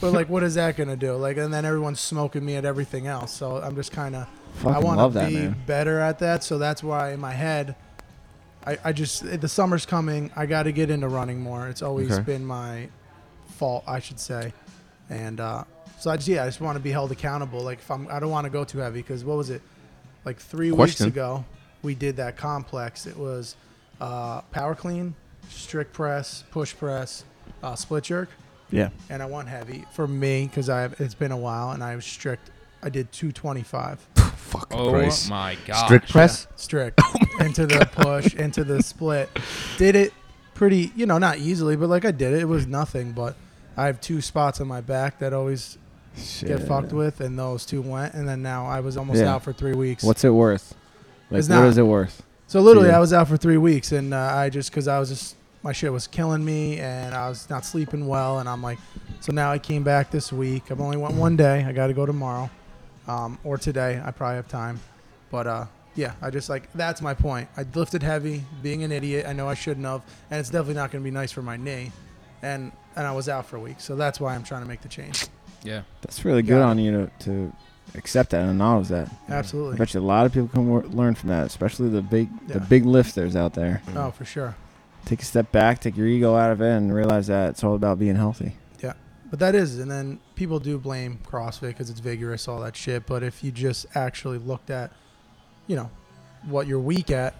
S3: But like, what is that gonna do? Like, and then everyone's smoking me at everything else. So I'm just kind of. I
S1: Fucking
S3: want
S1: love
S3: to
S1: that,
S3: be
S1: man.
S3: better at that. So that's why in my head, I, I just the summer's coming. I got to get into running more. It's always
S2: Okay.
S3: been my fault, I should say. And uh, so I just yeah, I just want to be held accountable. Like if I'm, I don't want to go too heavy because what was it? Like three
S2: Question.
S3: weeks ago, we did that complex. It was uh, power clean, strict press, push press, uh, split jerk
S1: Yeah.
S3: and I want heavy for me because I have, it's been a while and I was strict. I did 225
S2: Fuck
S4: Oh
S2: Christ.
S4: my god.
S2: Strict press.
S3: strict into the push into the split. Did it pretty, you know, not easily, but like I did it. It was nothing, but I have two spots on my back that always
S1: Shit.
S3: get fucked with, and those two went, and then now I was almost
S1: Yeah.
S3: out for three weeks.
S1: What's it worth? Like,
S3: It's
S1: what
S3: not.
S1: is it worth?
S3: So literally,
S1: Yeah.
S3: I was out for three weeks, and uh, I just because I was just my shit was killing me, and I was not sleeping well, and I'm like, so now I came back this week. I've only went one day. I got to go tomorrow, um, or today. I probably have time, but uh, yeah, I just like that's my point. I lifted heavy, being an idiot. I know I shouldn't have, and it's definitely not going to be nice for my knee, and and I was out for a week, so that's why I'm trying to make the change.
S4: Yeah.
S1: That's really good
S3: Got it.
S1: on you to, to accept that and acknowledge that. I
S3: Absolutely.
S1: bet you a lot of people can wor- learn from that, especially the big the
S3: Yeah.
S1: big lifters out there.
S3: Oh, for sure.
S1: Take a step back, take your ego out of it, and realize that it's all about being healthy.
S3: But that is, and then people do blame CrossFit because it's vigorous, all that shit. But if you just actually looked at, you know, what you're weak at,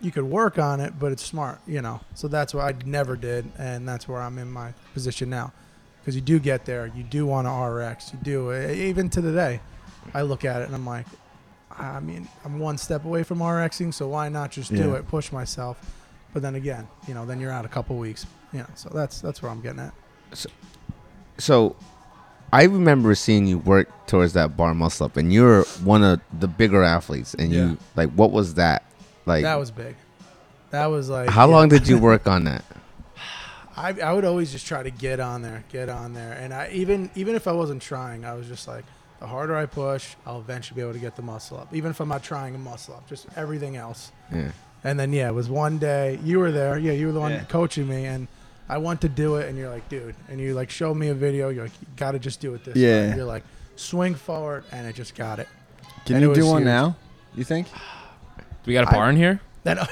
S3: you could work on it, but it's smart, you know. So that's what I never did, and that's where I'm in my position now, because you do get there, you do want to RX, you do. E- Even to the day, I look at it and I'm like, I mean, I'm one step away from RXing, so why not just do
S1: Yeah.
S3: it, push myself? But then again, you know, then you're out a couple weeks, you know. So that's that's where I'm getting at.
S2: So, I remember seeing you work towards that bar muscle up, and you're one of the bigger athletes. And
S3: Yeah.
S2: you like, what was that? Like,
S3: That was big. That was like
S2: how
S3: yeah.
S2: long did
S3: (laughs)
S2: you work on that?
S3: I, I would always just try to get on there, get on there, and I even even if I wasn't trying, I was just like, the harder I push, I'll eventually be able to get the muscle up, even if I'm not trying to muscle up, just everything else.
S2: Yeah.
S3: And then yeah, it was one day you were there, yeah, you were the one
S1: Yeah.
S3: coaching me, and I want to do it, and you're like, dude, and you like show me a video, you're like, you gotta just do it this way.
S1: Yeah.
S3: You're like, swing forward, and I just got it.
S1: Can
S3: And
S1: you
S3: it
S1: do
S3: was
S1: one
S3: huge.
S1: now? You think?
S4: We got a bar in here?
S3: That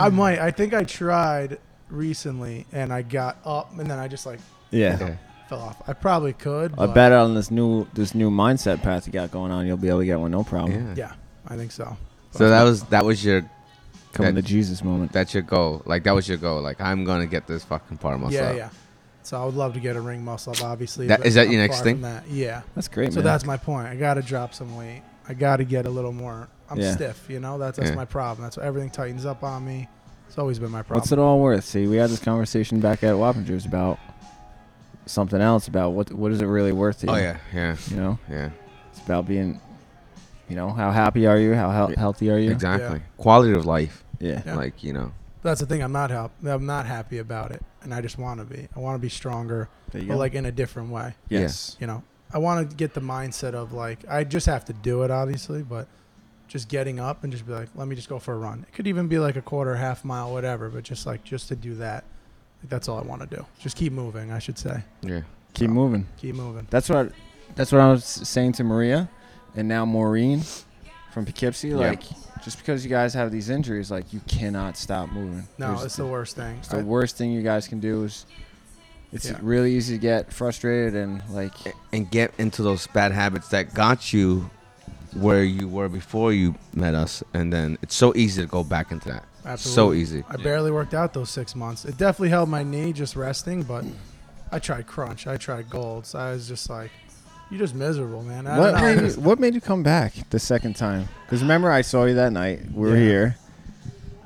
S3: I might. I think I tried recently, and I got up, and then I just like
S1: Yeah.
S2: Okay.
S3: fell off. I probably could.
S1: I
S3: but-
S1: bet on this new this new mindset path you got going on, you'll be able to get one, no problem.
S2: Yeah.
S3: Yeah, I think so.
S2: So that was that was your
S1: Coming
S2: That-
S1: to Jesus moment.
S2: that's your goal. Like that was your goal. Like I'm gonna get this fucking bar muscle
S3: yeah,
S2: up.
S3: yeah. So I would love to get a ring muscle up. Obviously,
S2: That-
S3: but
S2: is that your
S3: I'm
S2: next
S3: far
S2: thing?
S3: from That. Yeah.
S1: That's great,
S3: So
S1: man.
S3: that's my point. I got to drop some weight. I got to get a little more. I'm
S1: Yeah.
S3: stiff, you know. That's that's
S2: Yeah.
S3: my problem. That's why everything tightens up on me. It's always been my problem.
S1: What's it all worth? See, we had this conversation back at Wappingers about something else about what what is it really worth to you?
S2: Oh yeah, yeah,
S1: You know,
S2: yeah.
S1: it's about being, you know, how happy are you? How hel-
S2: Yeah.
S1: healthy are you?
S2: Exactly. Quality of life.
S1: Yeah.
S3: Yeah.
S2: Like you know.
S3: That's the thing. I'm not help. I'm not happy about it, and I just want to be. I want to be stronger,
S1: There you
S3: but
S1: go.
S3: like in a different way.
S1: yes.
S3: you know, I want to get the mindset of like, I just have to do it, obviously, but just getting up and just be like, let me just go for a run. It could even be like a quarter, half mile, whatever, but just like, just to do that, like, that's all I want to do. Just keep moving, I should say.
S2: Yeah.
S1: Keep moving.
S3: Keep moving.
S1: That's what that's what I was saying to Maria, and now Maureen from Poughkeepsie.
S2: Yeah.
S1: Like, just because you guys have these injuries, like you cannot stop moving.
S3: No,
S1: There's- e-,
S3: it's the worst thing.
S1: It's
S3: I-
S1: the worst thing you guys can do is it's
S3: Yeah.
S1: really easy to get frustrated and like
S2: And get into those bad habits that got you where you were before you met us, and then it's so easy to go back into that. So
S1: e-,
S3: Absolutely. (laughs)
S2: easy.
S3: I barely worked out those six months. It definitely held my knee just resting, but I tried crunch, I tried golds. I was just like, you're just miserable, man. I
S1: what
S3: don't know. I
S1: made, you,
S3: just-
S1: what made you come back the second time? Because remember, I saw you that night. We were
S3: Yeah.
S1: here.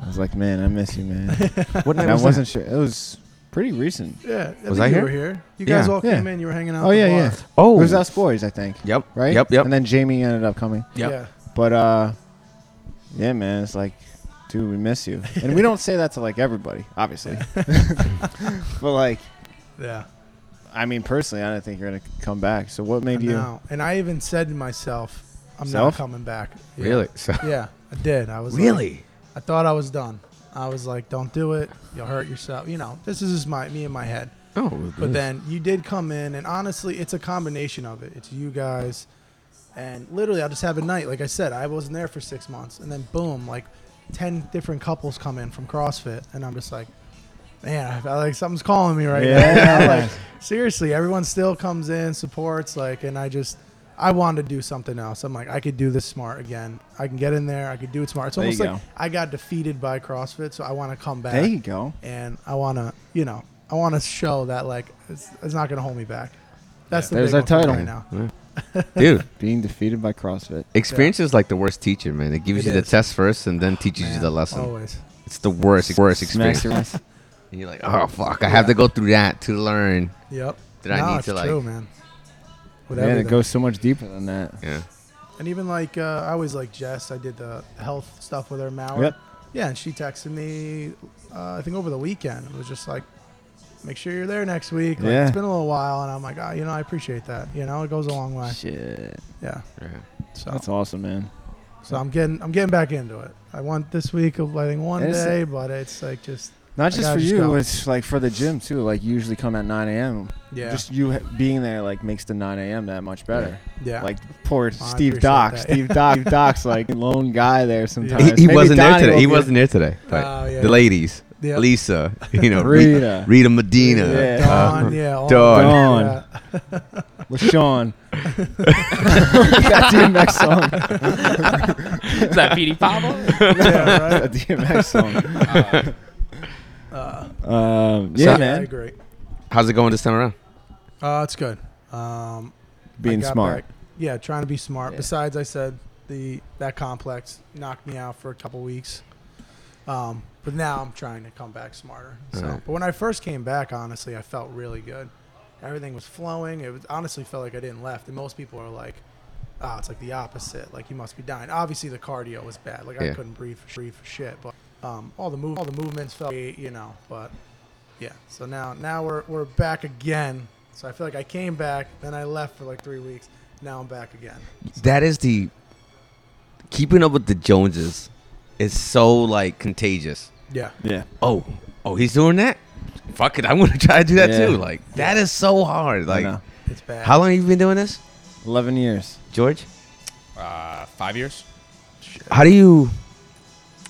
S1: I was like, man, I miss you,
S2: (laughs)
S1: man.
S2: What
S1: and I wasn't sure. It was pretty recent.
S3: yeah, I
S2: Was
S3: think
S2: I
S3: you
S2: here?
S3: were here. You guys
S2: Yeah.
S3: all
S1: Yeah.
S3: came in. You were hanging out.
S1: Oh
S3: at the
S1: yeah,
S3: bar.
S1: yeah.
S2: Oh.
S1: it was us boys, I think.
S2: Yep.
S1: Right.
S2: Yep. Yep.
S1: And then Jamie ended up coming.
S2: Yep.
S3: Yeah.
S1: But uh, yeah, man, it's like, dude, we miss you, and we don't say that to like everybody,
S2: (laughs)
S1: obviously. (laughs) but like,
S3: Yeah.
S1: I mean, personally, I don't think you're gonna come back. So what made
S3: I
S1: you?
S3: know. And I even said to myself, I'm
S1: Self?
S3: not coming back. Yeah.
S2: Really. So. (laughs)
S3: Yeah, I did. I was like-
S2: Really.
S3: I thought I was done. I was like, "Don't do it. You'll hurt yourself." You know, this is just my me in my head.
S2: Oh,
S1: Mm-hmm.
S3: But then you did come in, and honestly, it's a combination of it. It's you guys, and literally, I'll just have a night. Like I said, I wasn't there for six months, and then boom, like ten different couples come in from CrossFit, and I'm just like, man, I feel like something's calling me right now. (laughs) like, seriously, everyone still comes in, supports, like, and I just. I wanted to do something else. I'm like, I could do this smart again. I can get in there. I could do it smart. It's
S1: There you
S3: almost like
S1: go.
S3: I got defeated by CrossFit, so I want to come back
S1: There you go.
S3: and I want to, you know, I want to show that like it's, it's not going to hold me back. That's the
S1: There's
S3: big
S1: our
S3: one for me
S1: title.
S3: right now.
S2: dude,
S1: Being defeated by CrossFit.
S2: experience is like the worst teacher, man. It gives
S3: It
S2: you the
S3: is.
S2: test first and then teaches you
S3: Man,
S2: the lesson.
S3: Always.
S2: It's the worst, worst
S1: Smacks
S2: experience.
S1: your
S2: (laughs)
S1: ass.
S2: And you're like, oh fuck, I have to go through that to learn.
S3: Yep.
S2: Did I
S3: No,
S2: need
S3: it's
S2: to, like-
S3: true, man. With
S1: Man, it
S3: everything.
S1: goes so much deeper than that.
S2: Yeah.
S3: and even like uh, I always like Jess. I did the health stuff with her, Mauer.
S1: Yep.
S3: Yeah, and she texted me, uh, I think over the weekend. It was just like, make sure you're there next week. Like,
S1: Yeah.
S3: It's been a little while, and I'm like, oh, you know, I appreciate that. You know, it goes a long way.
S1: Shit,
S3: Yeah.
S2: yeah.
S3: So
S1: that's awesome, man.
S3: so I'm getting I'm getting back into it. I want this week of letting one
S1: And it's-
S3: day, but it's like just
S1: Not
S3: I
S1: just
S3: gotta
S1: for
S3: just
S1: you,
S3: go.
S1: it's like for the gym too. Like you usually come at 9 a.m.
S3: yeah
S1: Just you ha- being there like makes the 9 a.m. that much better.
S3: yeah Oh,
S1: Like poor Steve
S3: appreciate
S1: Doc.
S3: that.
S1: Steve
S3: (laughs)
S1: Doc. Steve Doc's like lone guy there sometimes.
S2: He, he
S1: Maybe
S2: wasn't there
S1: Donnie
S2: today.
S1: will
S2: He
S1: be-
S2: wasn't there today. Right.
S3: Oh, yeah.
S2: the ladies,
S3: Yeah.
S2: Lisa, you know, Rita,
S1: Rita,
S2: Rita Medina,
S1: Yeah.
S3: Dawn,
S2: uh,
S3: yeah, all
S2: Dawn.
S3: of
S1: Dawn.
S3: that. (laughs)
S1: LaShawn. Got DMX song.
S4: (laughs) Is that PD (laughs) Pablo?
S3: Yeah, yeah, right.
S1: That DMX song.
S3: Uh,
S1: Um, (laughs) yeah,
S2: So-
S3: yeah, I
S1: man.
S3: agree.
S2: How's it going this time around?
S3: Uh, it's good. Um, I
S1: Being
S3: got
S1: smart.
S3: back- yeah, trying to be smart.
S1: Yeah.
S3: Besides, I said the that complex knocked me out for a couple weeks. Um, but now I'm trying to come back smarter. So,
S2: Alright.
S3: but when I first came back, honestly, I felt really good. Everything was flowing. It was, honestly felt like I didn't left. And most people are like, "Ah, it's like the opposite. Like you must be dying." Obviously, the cardio was bad. Like
S2: Yeah.
S3: I couldn't breathe for, breathe for shit. But um, all the move, all the movements felt, great, you know. But yeah, so now now we're we're back again. So I feel like I came back, then I left for like three weeks. Now I'm back again.
S2: That is the keeping up with the Joneses is so like contagious.
S3: Yeah.
S1: Yeah.
S2: Oh, oh, he's doing that. Fuck it, I'm gonna try to do that
S1: Yeah.
S2: too. Like that is so hard.
S1: I
S2: Like
S1: know.
S3: It's bad.
S2: how long have you been doing this,
S1: 11 years.
S2: George?
S4: Uh, five years.
S2: How do you?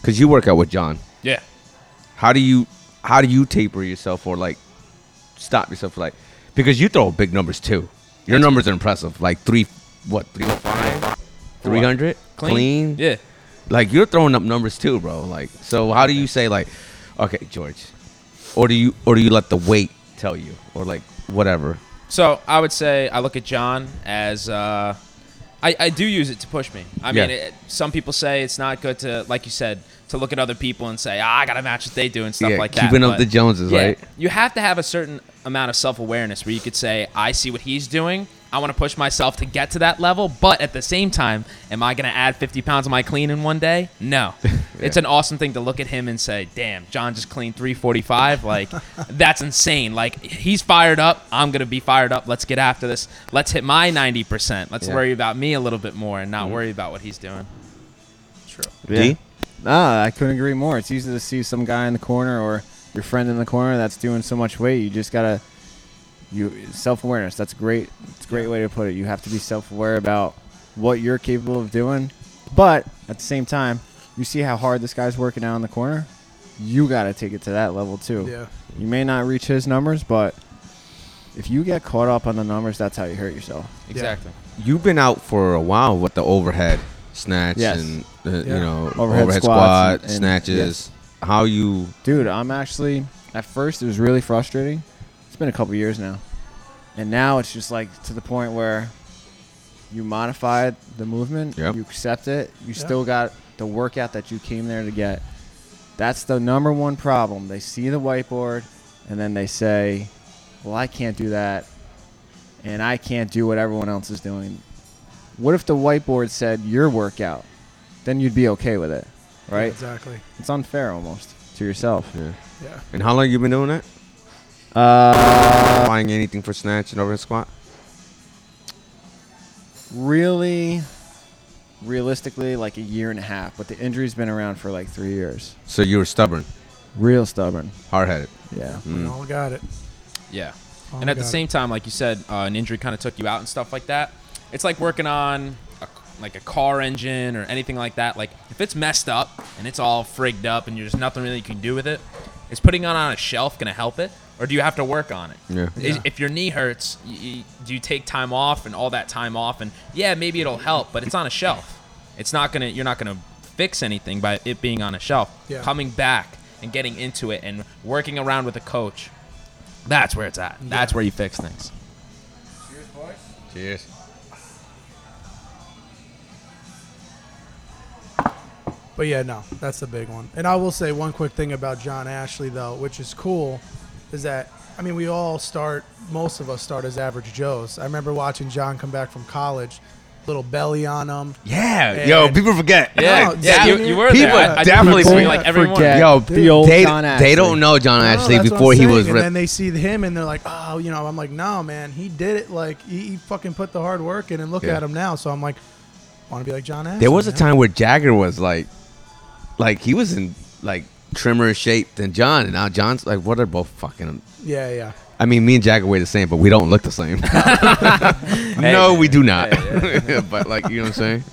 S2: Cause you work out with John.
S4: Yeah.
S2: How do you? How do you taper yourself or like stop yourself? Like because you throw big numbers too. Your numbers are impressive. Like three, what three hundred five, three hundred clean.
S4: Yeah.
S2: like you're throwing up numbers too, bro. Like, so how do you say like, okay, George, or do you or do you let the weight tell you or like whatever?
S4: So I would say I look at John as uh, I, I do use it to push me. I
S2: Yeah.
S4: mean, it, some people say it's not good to, like you said, to look at other people and say, ah, I got to match what they do and stuff
S2: Yeah,
S4: like that.
S2: keeping up
S4: but-
S2: the Joneses, right?
S4: You have to have a certain amount of self awareness where you could say, I see what he's doing. I want to push myself to get to that level. But at the same time, am I going to add 50 pounds of my clean in one day?
S2: (laughs)
S4: No. It's an awesome thing to look at him and say, damn, John just cleaned 345. Like, (laughs) that's insane. Like, he's fired up. I'm going to be fired up. Let's get after this. Let's hit my 90%. Let's
S2: Yeah.
S4: worry about me a little bit more and not worry about what he's doing.
S3: True.
S2: D?
S1: Nah, I couldn't agree more. It's easy to see some guy in the corner or your friend in the corner that's doing so much weight. You just gotta you self awareness. That's great. It's a great way to put it. You have to be self aware about what you're capable of doing, but at the same time, you see how hard this guy's working out in the corner. You gotta take it to that level too.
S3: Yeah.
S1: You may not reach his numbers, but if you get caught up on the numbers, that's how you hurt yourself.
S4: Exactly.
S2: You've been out for a while with the overhead snatch
S1: Yes.
S2: and uh, you
S3: Yeah.
S2: know
S1: Overhead
S2: overhead,
S1: squats
S2: squat
S1: and- and-
S2: snatches. How you?
S1: Dude, I'm actually at first it was really frustrating. It's been a couple years now. And now it's just like to the point where you modify the movement,
S2: Yep.
S1: you accept it, you
S3: Yeah.
S1: still got the workout that you came there to get. That's the number one problem. They see the whiteboard and then they say, "Well, I can't do that." And I can't do what everyone else is doing. What if the whiteboard said your workout? Then you'd be okay with it, right?
S3: Exactly.
S1: It's unfair almost to yourself.
S2: Yeah.
S3: Yeah.
S2: And how long you been doing that?
S1: Uh,
S2: Buying anything for snatch and overhead squat?
S1: really, realistically like a year and a half, but the injury's been around for like three years.
S2: So you were stubborn,
S1: Real stubborn. Mm.
S2: hard headed.
S1: Yeah.
S2: Hmm.
S3: We all got it.
S4: Yeah.
S3: All
S4: and at the
S3: got it.
S4: same time, like you said, uh, an injury kind of took you out and stuff like that. It's like working on a, like a car engine or anything like that. Like if it's messed up and it's all frigged up and there's nothing really you can do with it, is putting it on a shelf going to help it, or do you have to work on it?
S2: Yeah.
S4: Is- If your knee hurts, y y do you take time off and all that time off? And yeah, maybe it'll help, but it's on a shelf. It's not gonna. You're not gonna fix anything by it being on a shelf.
S3: Yeah.
S4: Coming back and getting into it and working around with a coach that's where it's at. That's where you fix things.
S2: Cheers.
S3: But yeah, no, that's the big one. And I will say one quick thing about John Ashley though, which is cool, is that I mean we all start, most of us start as average Joes. I remember watching John come back from college, little belly on him.
S2: Yeah.
S3: And-
S2: Yo, people forget.
S4: Yeah,
S3: No,
S4: yeah, you,
S3: Junior-
S4: you were
S2: People
S4: there. I, I
S2: definitely
S4: swing
S2: forget.
S4: like everyone.
S1: forget.
S2: Yo,
S1: The old
S2: they,
S1: John
S2: they
S1: Ashley.
S2: don't know John
S3: No,
S2: Ashley
S3: that's what
S2: before
S3: I'm
S2: he
S3: saying.
S2: was
S3: And then
S2: ripped.
S3: they see him and they're like, oh, you know, I'm like, no, man, he did it. Like, he, he fucking put the hard work in and look
S2: Yeah.
S3: at him now. So I'm like, want to be like John Ashley.
S2: There was a
S3: man.
S2: time where Jagger was like, like he was in like trimmer shape than John, and now John's like, what are both fucking? (laughs)
S3: Yeah, yeah.
S2: I mean, me and Jagger weigh the same, but we don't look the
S3: (laughs)
S2: same. no, we do not. (laughs) but like, you know what I'm saying?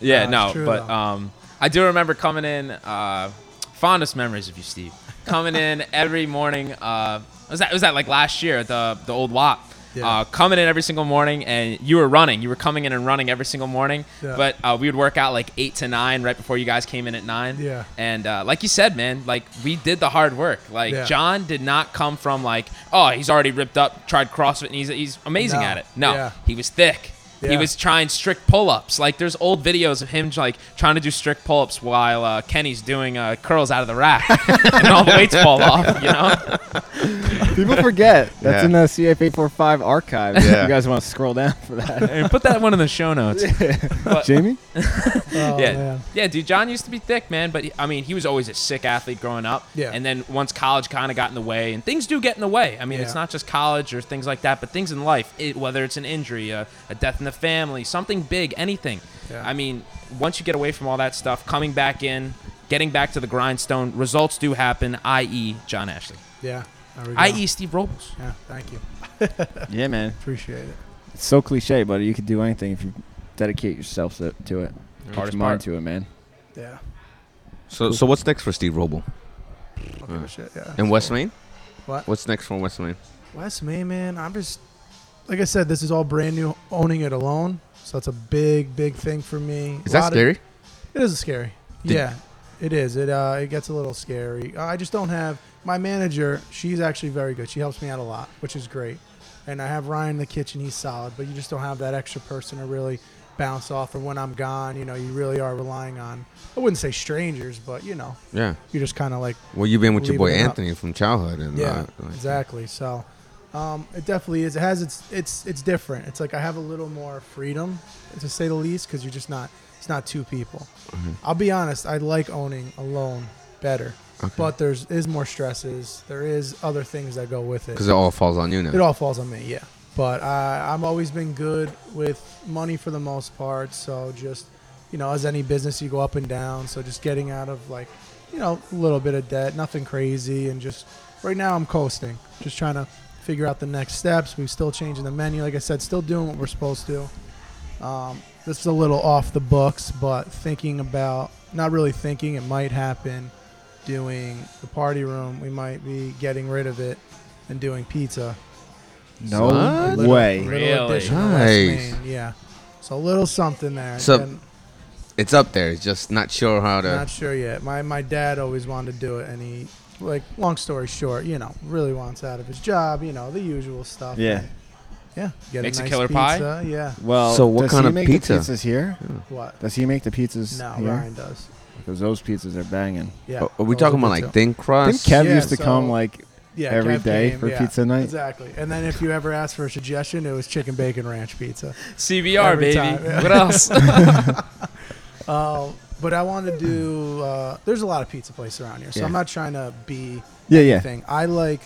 S4: Yeah,
S3: Nah,
S4: no,
S3: it's true,
S4: but
S3: though.
S4: um, I do remember coming in. Uh, fondest memories of you, Steve. Coming in
S3: (laughs)
S4: every morning. Uh, was that was that like last year at the the old WAP?
S3: Yeah.
S4: Uh, coming in every single morning, and you were running. You were coming in and running every single morning.
S3: Yeah.
S4: But uh, we would work out like eight to nine right before you guys came in at nine.
S3: Yeah.
S4: And uh, like you said, man, like we did the hard work. Like
S3: Yeah.
S4: John did not come from like, oh, he's already ripped up, tried CrossFit, and he's he's amazing
S3: No.
S4: at it. No,
S3: Yeah.
S4: he was thick. He
S3: Yeah.
S4: was trying strict pull-ups. Like there's old videos of him like trying to do strict pull-ups while uh, Kenny's doing uh, curls out of the rack, (laughs) and all the weights fall off. You know?
S1: (laughs) People forget. That's
S2: Yeah.
S1: in the CF eight four five archive.
S2: Yeah.
S1: If you guys want to scroll down for
S4: (laughs)
S1: that.
S4: And put that one in the show notes. But-
S1: Jamie?
S3: Oh,
S4: yeah,
S3: man.
S4: yeah, dude. John used to be thick, man, but he- I mean, he was always a sick athlete growing up.
S3: Yeah.
S4: And then once college kind of got in the way, and things do get in the way. I mean, it's
S3: Yeah.
S4: not just college or things like that, but things in life, it, whether it's an injury, a, a death in the family, something big, anything.
S3: Yeah.
S4: I mean, once you get away from all that stuff, coming back in, getting back to the grindstone, results do happen. I.e., John Ashley.
S3: Yeah. There we go.
S4: I.e., Steve Robles.
S3: Yeah, thank you.
S1: yeah, man.
S3: Appreciate it.
S1: It's so cliche, buddy. You could do anything if you dedicate yourself to to it. Get
S4: Hardest
S1: your
S4: part.
S1: mind to it, man.
S3: Yeah.
S2: So, so what's next for Steve Roble
S3: I'll give a shit. Yeah.
S2: in West Main?
S3: What?
S2: What's next for West Main?
S3: West Main, man. I'm just like I said. This is all brand new. Owning it alone, so that's a big, big thing for me.
S2: Is
S3: A
S2: that
S3: lot of-
S2: scary?
S3: It is scary.
S2: Did-
S3: yeah, it is. It uh, it gets a little scary. I just don't have my manager. She's actually very good. She helps me out a lot, which is great. And I have Ryan in the kitchen. He's solid, but you just don't have that extra person to really bounce off. And when I'm gone, you know, you really are relying on. I wouldn't say strangers, but you know,
S2: yeah.
S3: you're just kind of like
S2: Well, you've been with your boy
S3: Leaving it up.
S2: Anthony from childhood, and
S3: yeah,
S2: uh, like-
S3: exactly. So, um, it definitely is. It has its it's it's different. It's like I have a little more freedom, to say the least, because you're just not it's not two people. I'll be honest. I like owning alone better, but there's is more stresses. There is other things that go with it.
S2: Because it all falls on you now.
S3: It all falls on me, yeah. But I, I'm always been good with money for the most part. So just, you know, as any business, you go up and down. So just getting out of like, you know, a little bit of debt, nothing crazy, and just right now I'm coasting, just trying to figure out the next steps. We're still changing the menu, like I said, still doing what we're supposed to. Um, this is a little off the books, but thinking about not really thinking it might happen. Doing the party room, we might be getting rid of it and doing pizza.
S1: No
S2: What?
S1: way.
S4: Really?
S3: Little addition to West
S2: Nice.
S3: Main, Yeah. So a little something there.
S2: So-
S3: And
S2: It's up there. It's just not sure how to.
S3: not sure yet. My my dad always wanted to do it, and he like long story short, you know, really wants out of his job. You know, the usual stuff.
S1: Yeah.
S3: Yeah. Get
S4: Makes a
S3: nice
S4: killer pie?
S3: pizza, Yeah.
S1: Well,
S2: So what
S1: does
S2: kind
S1: he
S2: of
S1: make the
S2: pizza?
S1: pizzas here?
S3: What?
S1: Does he make the pizzas
S3: No,
S1: here?
S3: Ryan does.
S1: Because those pizzas are banging.
S3: Yeah.
S2: Are- are we
S3: those
S2: talking
S3: good
S2: about
S3: too.
S2: like thin
S1: I
S2: crust?
S1: think Kev
S3: Yeah,
S1: used to
S3: so-
S1: come like
S3: yeah,
S1: every
S3: Kev
S1: day
S3: came,
S1: for
S3: yeah,
S1: pizza night?
S3: Exactly. And then if you ever asked for a suggestion, it was chicken bacon ranch pizza.
S4: CBR,
S3: Every
S4: baby.
S3: time, (laughs) yeah.
S4: What else?
S3: Uh, but I want to do. Uh, there's a lot of pizza places around here, so
S2: Yeah.
S3: I'm not trying to be
S1: Yeah, yeah.
S3: thing. I like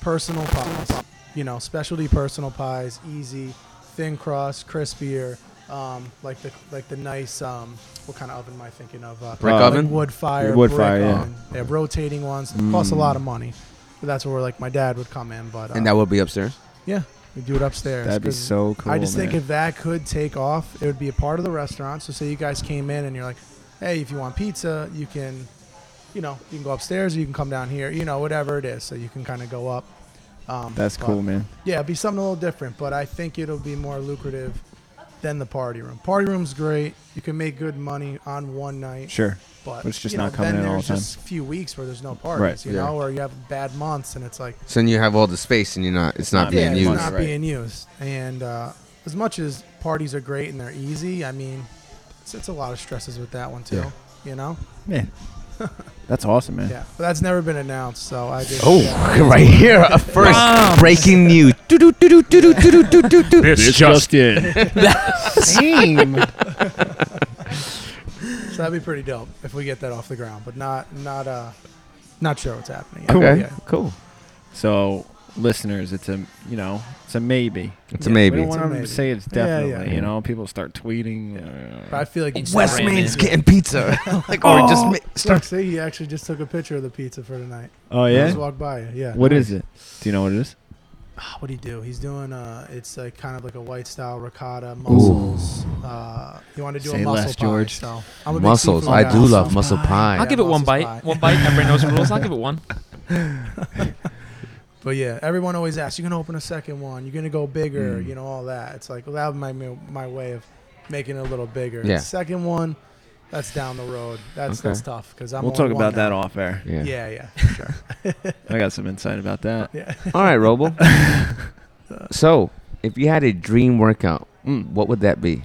S3: personal pies. You know, specialty personal pies, easy, thin crust, crispier. um, like the like the nice um, what kind of oven am I thinking of? Uh,
S2: Brick
S3: like
S2: oven?
S3: wood fire,
S1: Wood
S3: brick
S1: fire, yeah.
S3: oven. They have rotating ones, cost a lot of money. But that's where like my dad would come in, but uh,
S2: and that would be upstairs.
S3: yeah, we do it upstairs.
S1: That'd be
S3: 'cause
S1: so cool.
S3: I just think
S1: man.
S3: if that could take off, it would be a part of the restaurant. So say you guys came in and you're like, hey, if you want pizza, you can, you know, you can go upstairs or you can come down here, you know, whatever it is. So you can kind of go up. Um,
S1: that's
S3: but-
S1: cool, man.
S3: Yeah, it'd be something a little different, but I think it'll be more lucrative than the party room. Party room's great. You can make good money on one night.
S1: Sure.
S3: But
S1: But it's just
S3: you know,
S1: not coming
S3: then
S1: in all
S3: there's
S1: the time.
S3: just a few weeks where there's no parties,
S1: Right,
S3: you
S1: yeah.
S3: know, or you have bad months and it's like
S2: So then you have all the space, and you're not. It's, not,
S1: not
S2: being
S3: yeah,
S2: used.
S3: It's not
S1: Right.
S3: being used. And uh, as much as parties are great and they're easy, I mean, it's, it's a lot of stresses with that one too.
S2: Yeah.
S3: You know,
S1: Man, (laughs) that's awesome, man.
S3: yeah. But that's never been announced, so I just yeah.
S2: Oh, (laughs) right
S3: (laughs)
S2: here, uh, first breaking news.
S4: This
S1: (laughs)
S4: just
S5: in.
S3: So that'd be pretty dope if we get that off the ground. But not not uh not sure what's happening. yet.
S1: Okay,
S3: Yeah.
S1: (laughs) cool. So, listeners, it's a you know it's a maybe.
S2: It's a maybe.
S1: We don't
S3: It's a
S1: want them
S3: maybe.
S1: to say it's
S3: Yeah, yeah.
S1: definitely. You know, people start tweeting. uh,
S3: But I feel like
S4: It's
S3: Zach-
S4: West Main's
S2: getting pizza. (laughs) like, or just
S3: Oh.
S2: ma-
S3: Look, see, you actually just took a picture of the pizza for tonight.
S1: Oh
S3: I
S1: yeah.
S3: just walked by it. Yeah.
S1: What is it? Do you know what it is?
S3: What do he do? He's doing uh, it's like kind of like a white style ricotta mussels. Uh, you want to do
S1: Say
S3: a muscle
S1: less,
S3: pie?
S1: George.
S3: So I'm a big
S2: Mussels.
S3: seafood
S2: I
S3: guy,
S2: do
S3: so-
S2: love muscle pie.
S4: I'll give it one
S3: Mussels pie.
S4: bite. One bite. Everybody knows the rules. I'll give it one.
S3: But yeah, everyone always asks, "You gonna open a second one? You gonna go bigger? You know all that." It's like well, that was my my way of making it a little bigger.
S2: Yeah.
S3: Second one, that's down the road. That's
S2: Okay.
S3: that's tough because I'm.
S1: we'll
S3: on
S1: talk
S3: one
S1: about that
S3: now.
S1: off air.
S2: Yeah.
S3: Yeah,
S1: (laughs)
S3: yeah, for sure.
S1: I got some insight about that.
S3: yeah.
S2: All right, (laughs) Robo. so, if you had a dream workout, what would that be?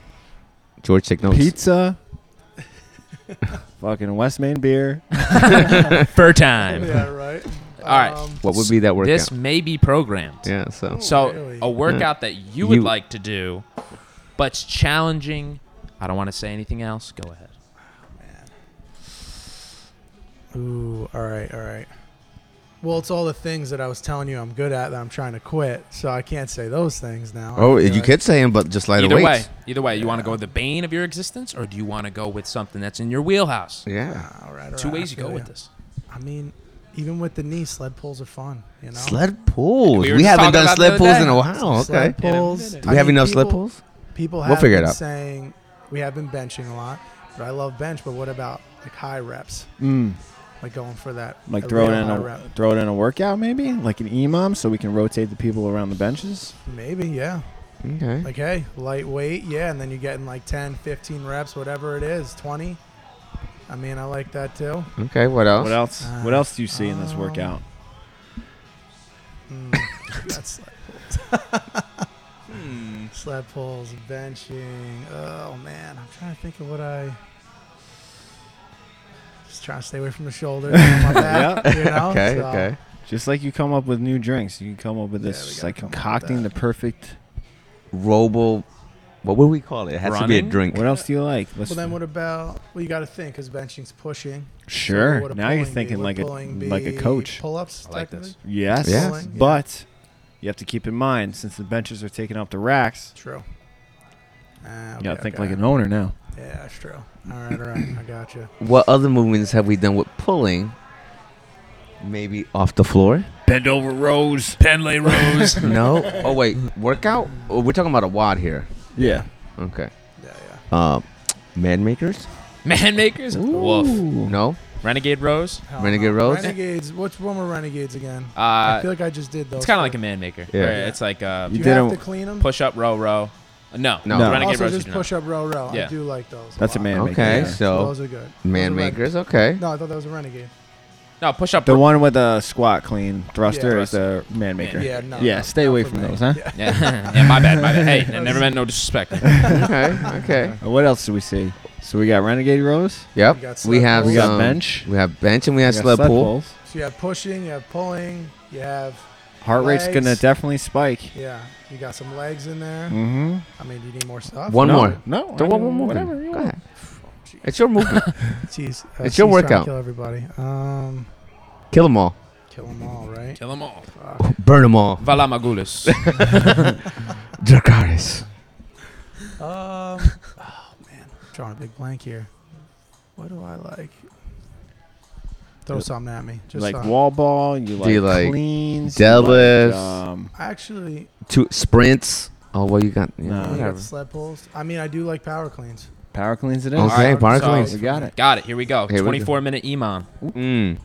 S2: George, take notes.
S1: (laughs) Pizza. (laughs) fucking West Main beer.
S4: (laughs) Fur time.
S3: (laughs) yeah, right.
S4: All right.
S3: Um,
S2: What would be that workout?
S4: This may be programmed.
S2: yeah. So.
S4: So
S3: Really?
S4: a workout that you would
S2: You-
S4: like to do, but's challenging. I don't want to say anything else. Go ahead.
S3: Ooh, all right, all right. Well, it's all the things that I was telling you I'm good at that I'm trying to quit, so I can't say those things now.
S2: Oh,
S3: I feel
S2: you
S3: like-
S2: could say him, but just lighter
S4: either way,
S2: weights.
S4: either way, you want to go with the bane of your existence, or do you want to go with something that's in your wheelhouse?
S2: Yeah.
S3: All right, all
S4: Two
S3: right, I
S4: ways you
S3: feel
S4: go
S3: ya.
S4: with this.
S3: I mean, even with the knee, sled pulls are fun. You know,
S2: Sled pulls.
S4: We
S2: We,
S4: were just
S2: haven't
S4: talking
S2: done
S4: about
S2: sled
S4: the
S2: pulls
S4: other
S2: in a
S4: day.
S2: while. Okay.
S3: Sled pulls.
S4: Yeah,
S2: Do
S3: I
S2: we have
S3: mean,
S2: enough sled
S3: people-
S2: pulls?
S3: People have
S2: We'll figure it
S3: been
S2: out.
S3: saying we have been benching a lot, but I love bench. But what about like high reps?
S1: Mm.
S3: Like going for that
S1: Like
S3: a
S1: throw it
S3: real
S1: in
S3: high
S1: a throw it in a workout maybe, like an imam, so we can rotate the people around the benches.
S3: maybe yeah.
S2: Okay.
S3: Like hey, lightweight yeah, and then you're getting like 10, 15 reps, whatever it is, 20. I mean, I like that too.
S2: Okay. What else?
S1: What else?
S3: Uh,
S1: what else do you see in this
S3: um,
S1: workout? (laughs)
S3: Mm, that's sled
S1: Hmm.
S3: pulls. sled pulls, benching. Oh man, I'm trying to think of what I. Just trying to stay away from the shoulder.
S1: (laughs)
S3: my back, you know?
S2: Okay.
S4: uh,
S3: So,
S2: Okay.
S1: Just like you come up with new drinks, you can come up with
S3: Yeah,
S1: this
S3: we gotta
S1: like
S3: come up with
S1: concocting the
S2: (laughs)
S3: that.
S1: perfect.
S2: Robo. What would we call it? It has to be
S4: Running?
S2: a drink.
S1: What else do you like? Let's-
S3: Well, then what about? Well, you got to think because benching's pushing.
S1: sure.
S3: What would a
S1: now you're
S3: pulling be?
S1: thinking
S3: Would
S1: like a
S3: pulling
S1: like a
S3: be
S1: coach.
S3: Pull-ups.
S4: I like
S3: technically?
S4: this.
S1: Yes.
S2: Yeah.
S3: Pulling, yeah.
S1: But you have to keep in mind since the benches are taking up the racks,
S3: True. Uh,
S1: you got to think like
S3: an.
S1: an owner now.
S3: Yeah, that's true. All right, all right, I got you.
S2: What other movements have we done with pulling? Maybe off the floor?
S5: Bend over rows.
S3: (laughs)
S4: Penley Rose.
S2: No. oh wait, workout? Oh, we're talking about a wad here.
S1: Yeah.
S2: Okay.
S3: Yeah, yeah.
S2: Um, man makers?
S4: Man makers. Woof.
S2: No.
S4: Renegade Rose.
S3: Hell
S2: Renegade Roads?
S3: Renegades. What's one with Renegades again? I
S4: Uh,
S3: feel like I just did those.
S4: it's kind
S3: for-
S4: of like a man maker.
S2: Yeah.
S4: Yeah. It's like uh,
S3: Do
S1: You
S3: you
S1: did
S3: have
S1: a-
S3: to clean them.
S4: push up, row, row. No,
S2: No.
S1: No.
S4: Renegade
S3: also,
S4: Rose.
S3: just
S4: you do not.
S3: push up, row, row. I
S4: Yeah.
S3: do like those.
S1: That's a
S3: lot.
S1: man maker.
S2: Okay,
S1: yeah.
S2: so
S3: those are good. Those
S2: man
S3: are reg-
S2: makers.
S3: (laughs)
S2: Okay.
S3: No, I thought that was a renegade.
S4: No, push up.
S1: The
S4: row.
S1: one with the squat clean thruster
S3: Yeah.
S1: is the man maker.
S3: Yeah, no.
S1: Yeah,
S3: no,
S1: stay
S3: not
S1: away
S3: for
S1: from
S3: me.
S1: those, huh?
S3: Yeah.
S4: yeah, (laughs) Yeah, my bad, my
S3: (laughs)
S4: bad. Hey, I never meant no disrespect.
S2: okay. Okay.
S1: Uh, What else do we see? So we got Renegade Rose.
S2: Yep.
S3: We got
S2: We
S3: sled
S2: have
S3: pulls.
S1: We got
S2: some-
S1: bench.
S2: We have bench and we have
S1: We got
S2: sled pull.
S1: pulls.
S3: So you have pushing, you have pulling, you have
S1: Heart rate's
S3: Legs.
S1: gonna definitely spike.
S3: yeah, you got some legs in there.
S1: Mm-hmm.
S3: I mean, do you need more stuff?
S2: One
S1: no,
S2: more.
S1: No.
S2: Throw
S1: I
S2: one
S1: mean,
S2: more movement.
S1: Whatever. you
S2: Go
S1: want.
S2: ahead. It's your movement.
S3: Jeez, uh,
S2: It's your
S3: she's trying to
S2: workout.
S3: Kill everybody. Um,
S2: (laughs) Kill them all.
S3: kill them all, right?
S4: Kill them all.
S2: Burn them all.
S4: Valamagulis.
S2: Dracaris.
S3: Um, oh man, drawing a big blank here. What do I like? Throw something at me. Just
S1: like
S3: something.
S1: wall ball, you like,
S2: you like
S1: cleans,
S2: deadlifts?
S1: You like, um,
S3: I actually
S2: Two sprints. Oh well, you got yeah,
S1: No.
S3: I got
S2: whatever.
S3: the sled pulls. I mean, I do like power cleans.
S1: power cleans it in.
S2: Okay,
S4: Alright,
S2: power
S4: so-
S2: cleans.
S1: we got it.
S4: Got it. Here we go.
S2: Here we go.
S4: 24 minute Iman.
S2: Mm.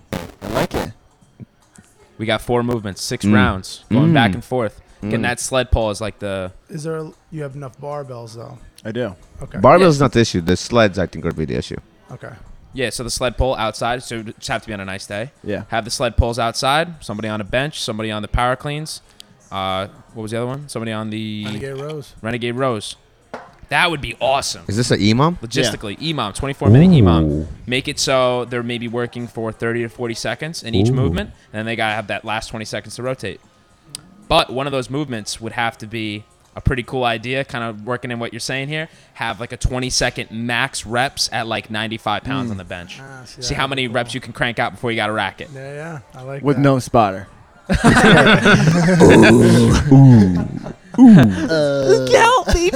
S1: I like it.
S4: We got four movements, six
S2: Mm.
S4: rounds, going
S2: Mm.
S4: back and forth.
S2: Mm.
S4: Getting that sled pull is like the
S3: Is there? a- You have enough barbells though.
S1: I do.
S3: Okay.
S2: Barbell's not the issue. The sleds, I think, would be the issue.
S3: okay.
S4: yeah. So the sled pull outside. So it just have to be on a nice day.
S1: Yeah.
S4: Have the sled pulls outside. Somebody on a bench. Somebody on the power cleans. Uh, what was the other one? Somebody on the Renegade,
S3: Renegade Rose.
S4: rows. That would be awesome.
S2: Is this an imam?
S4: Logistically, EMOM, 24 minute EMOM. Make it so they're maybe working for 30 to 40 seconds in each
S2: Ooh.
S4: movement, and they got to have that last 20 seconds to rotate. But one of those movements would have to be a pretty cool idea, kind of working in what you're saying here. Have like a 20 second max reps at like 95 pounds on the bench.
S3: Ah, see,
S4: See
S3: that
S4: how
S3: would be
S4: many
S3: cool.
S4: reps you can crank out before you got to rack it.
S3: Yeah, yeah. I like
S1: With
S3: that.
S1: no spotter.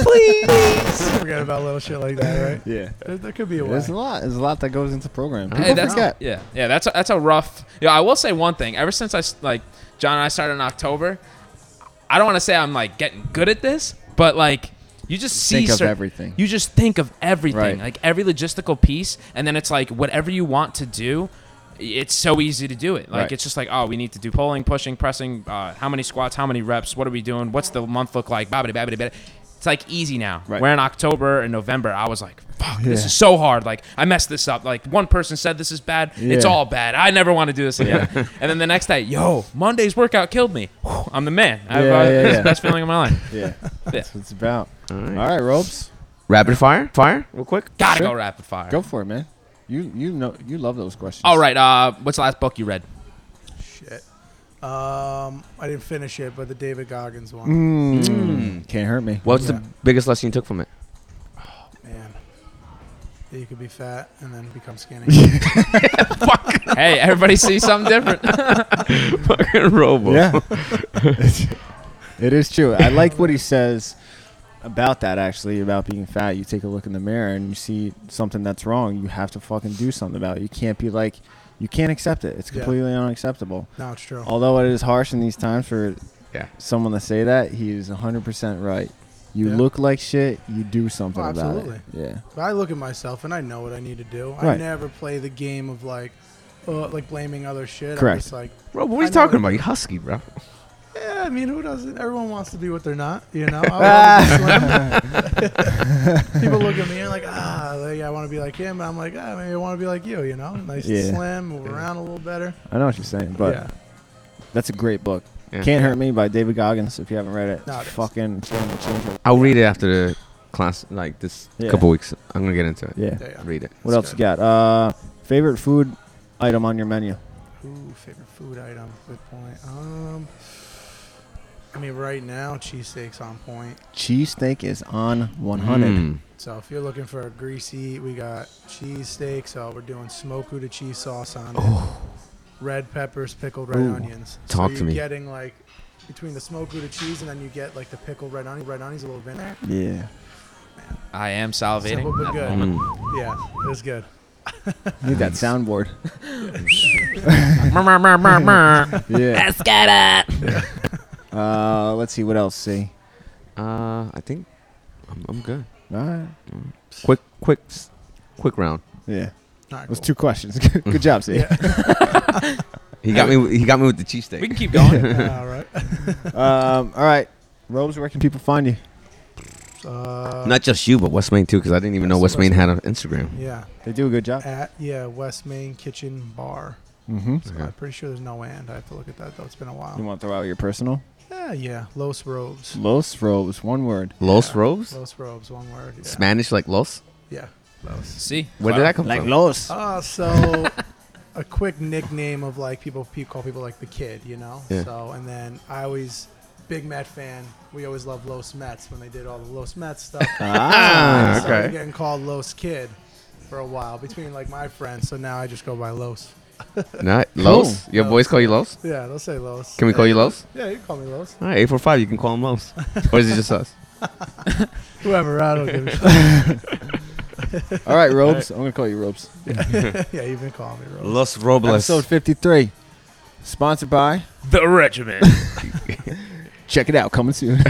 S3: Forget about little shit like that, right?
S1: Yeah.
S3: There, there could be a way.
S1: There's a lot. There's a lot that goes into program.
S4: Hey,
S1: People
S4: that's
S1: forget.
S4: yeah, yeah. That's a, that's a rough. Yeah, I will say one thing. Ever since I s- like John and I started in October, I don't want to say I'm like getting good at this, but like you just see
S1: Think of
S4: cer-
S1: everything.
S4: You just think of everything,
S1: Right.
S4: like every logistical piece, and then it's like whatever you want to do. It's so easy to do it. Like
S1: Right.
S4: it's just like, oh, we need to do pulling, pushing, pressing. Uh, how many squats? How many reps? What are we doing? What's the month look like? Babbity, babbity, babbity. It's like easy now.
S1: Right.
S4: We're in October and November. I was like, fuck, this is so hard. Like I messed this up. Like one person said this is bad. It's
S1: Yeah.
S4: all bad. I never want to do this again. and then the next day, yo, Monday's workout killed me. Whew, I'm the man. I have
S1: Yeah,
S4: uh,
S1: yeah,
S4: it's
S1: yeah.
S4: the best feeling of my
S1: (laughs)
S4: life.
S1: Yeah. That's what it's about. All right. ropes.
S2: Rapid fire, fire, real quick.
S4: Gotta
S1: Sure.
S4: go rapid fire.
S1: Go for it, man. You you know you love those questions.
S4: All right. Uh, what's the last book you read?
S3: Shit. Um, I didn't finish it, but the David Goggins one.
S1: Mm. Can't hurt me.
S2: What's
S3: Yeah.
S2: the biggest lesson you took from it?
S3: Man. That You could be fat and then become skinny.
S4: hey, everybody sees something
S1: (laughs)
S4: different.
S2: (laughs) Fucking robo.
S1: Yeah. (laughs)
S3: (laughs)
S1: it is true. I like what he says about that actually, about being fat. You take a look in the mirror and you see something that's wrong, you have to fucking do something about it. You can't be like you can't accept it. It's
S3: Yeah.
S1: completely unacceptable.
S3: no, it's true.
S1: Although it is harsh in these times for
S2: Yeah.
S1: someone to say that, he is 100% right. You
S3: Yeah.
S1: look like shit, you do something
S3: Oh,
S1: about
S3: absolutely.
S1: it. Yeah.
S3: But I look at myself and I know what I need to do. I
S1: Right.
S3: never play the game of like, uh, like blaming other shit. I'm
S1: Correct.
S3: just like,
S2: Robo, what
S3: I
S2: are
S3: know
S2: you talking
S3: what-
S2: about? You husky, bro.
S3: yeah, I mean, who doesn't? Everyone wants to be what they're not,
S1: (laughs)
S3: you know? I would rather be slim. (laughs) People look at me and like, ah, like, I want to be like him. And I'm like, ah, maybe I want to be like you, you know? Nice
S1: Yeah.
S3: and slim, move around a little better.
S1: I know what you're saying, but
S3: yeah.
S1: that's a great book.
S2: Yeah.
S1: Can't Hurt Me by David Goggins. If you haven't read it,
S3: No, it
S1: it's
S3: is.
S1: fucking it's gonna change your-
S2: I'll read it after the class, like this
S1: Yeah.
S2: couple weeks. I'm gonna get into it.
S1: Yeah.
S3: Yeah, yeah.
S2: Read it.
S1: What else you got? Uh, favorite food item on your menu?
S3: Ooh, favorite food item. Good point. Um, I mean, right now, cheesesteak's on point.
S1: Cheesesteak is on 100.
S2: Mm.
S3: So if you're looking for a greasy, we got cheesesteak. So we're doing smoked Gouda cheese sauce on it. Red peppers, pickled red
S2: Oh. Ooh.
S3: onions.
S2: Talk
S3: so
S2: to
S3: you're
S2: me.
S3: getting like between the smoked Gouda cheese and then you get like the pickled red onion. Red onion's a little vinegar.
S1: Yeah.
S4: I am salivating.
S3: Simple but
S4: at the
S3: good.
S4: moment.
S2: Mm.
S3: Yeah, it was good.
S1: Need that soundboard. (laughs) (laughs) yeah.
S5: Let's get it.
S1: (laughs) Uh, let's see what else. See.
S2: Uh, I think I'm, I'm good.
S1: All right.
S2: Quick, quick, s- quick round.
S1: Yeah.
S3: All right,
S1: That was
S3: cool.
S1: two questions. (laughs) Good job, see.
S2: He got me. with- He got me with the
S4: We
S2: cheesesteak.
S4: can keep going.
S2: (laughs)
S3: All right.
S1: Um, all right. Robes, where can people find you?
S3: Uh,
S2: Not just you, but West Main too, because I didn't even know West
S3: That's
S2: Main had an Instagram.
S3: yeah.
S1: They do a good job.
S3: At, yeah, West Main Kitchen Bar.
S1: Mm-hmm.
S3: So I'm pretty sure there's no and. I have to look at that, though. It's been a
S1: You
S3: while.
S1: want to throw out your personal?
S3: Yeah, yeah. Los Robes.
S1: Los Robes, one word.
S2: Los Robes,
S3: Los Robes, one word. Yeah.
S2: Spanish like Los.
S3: Yeah. Los.
S4: (laughs) See,
S2: Where did that come from?
S1: Los.
S3: Ah, (laughs) so a quick nickname of like people pe- call people like the kid, you know.
S2: Yeah.
S3: So and then I always big Met fan. We always loved Los Mets when they did all the Los Mets stuff.
S1: Ah,
S3: (laughs) so I'm getting called Los Kid for a while between like my friends. So now I just go by Los.
S2: Not Los. Your
S3: Los.
S2: boys call you Los.
S3: Yeah, they'll say Los.
S2: Can we call you Los?
S3: Yeah, you can call me Los.
S2: All right, eight four five. You can call him Los, or is it just us? (laughs)
S3: Whoever, I don't (laughs) give a
S1: (laughs)
S3: shit.
S1: All right, Robes. I'm going to call you Robes.
S3: yeah, you've been calling me Rob.
S5: Los Robles.
S1: Episode 53. Sponsored by.
S4: The regiment.
S1: Check it out. Coming soon.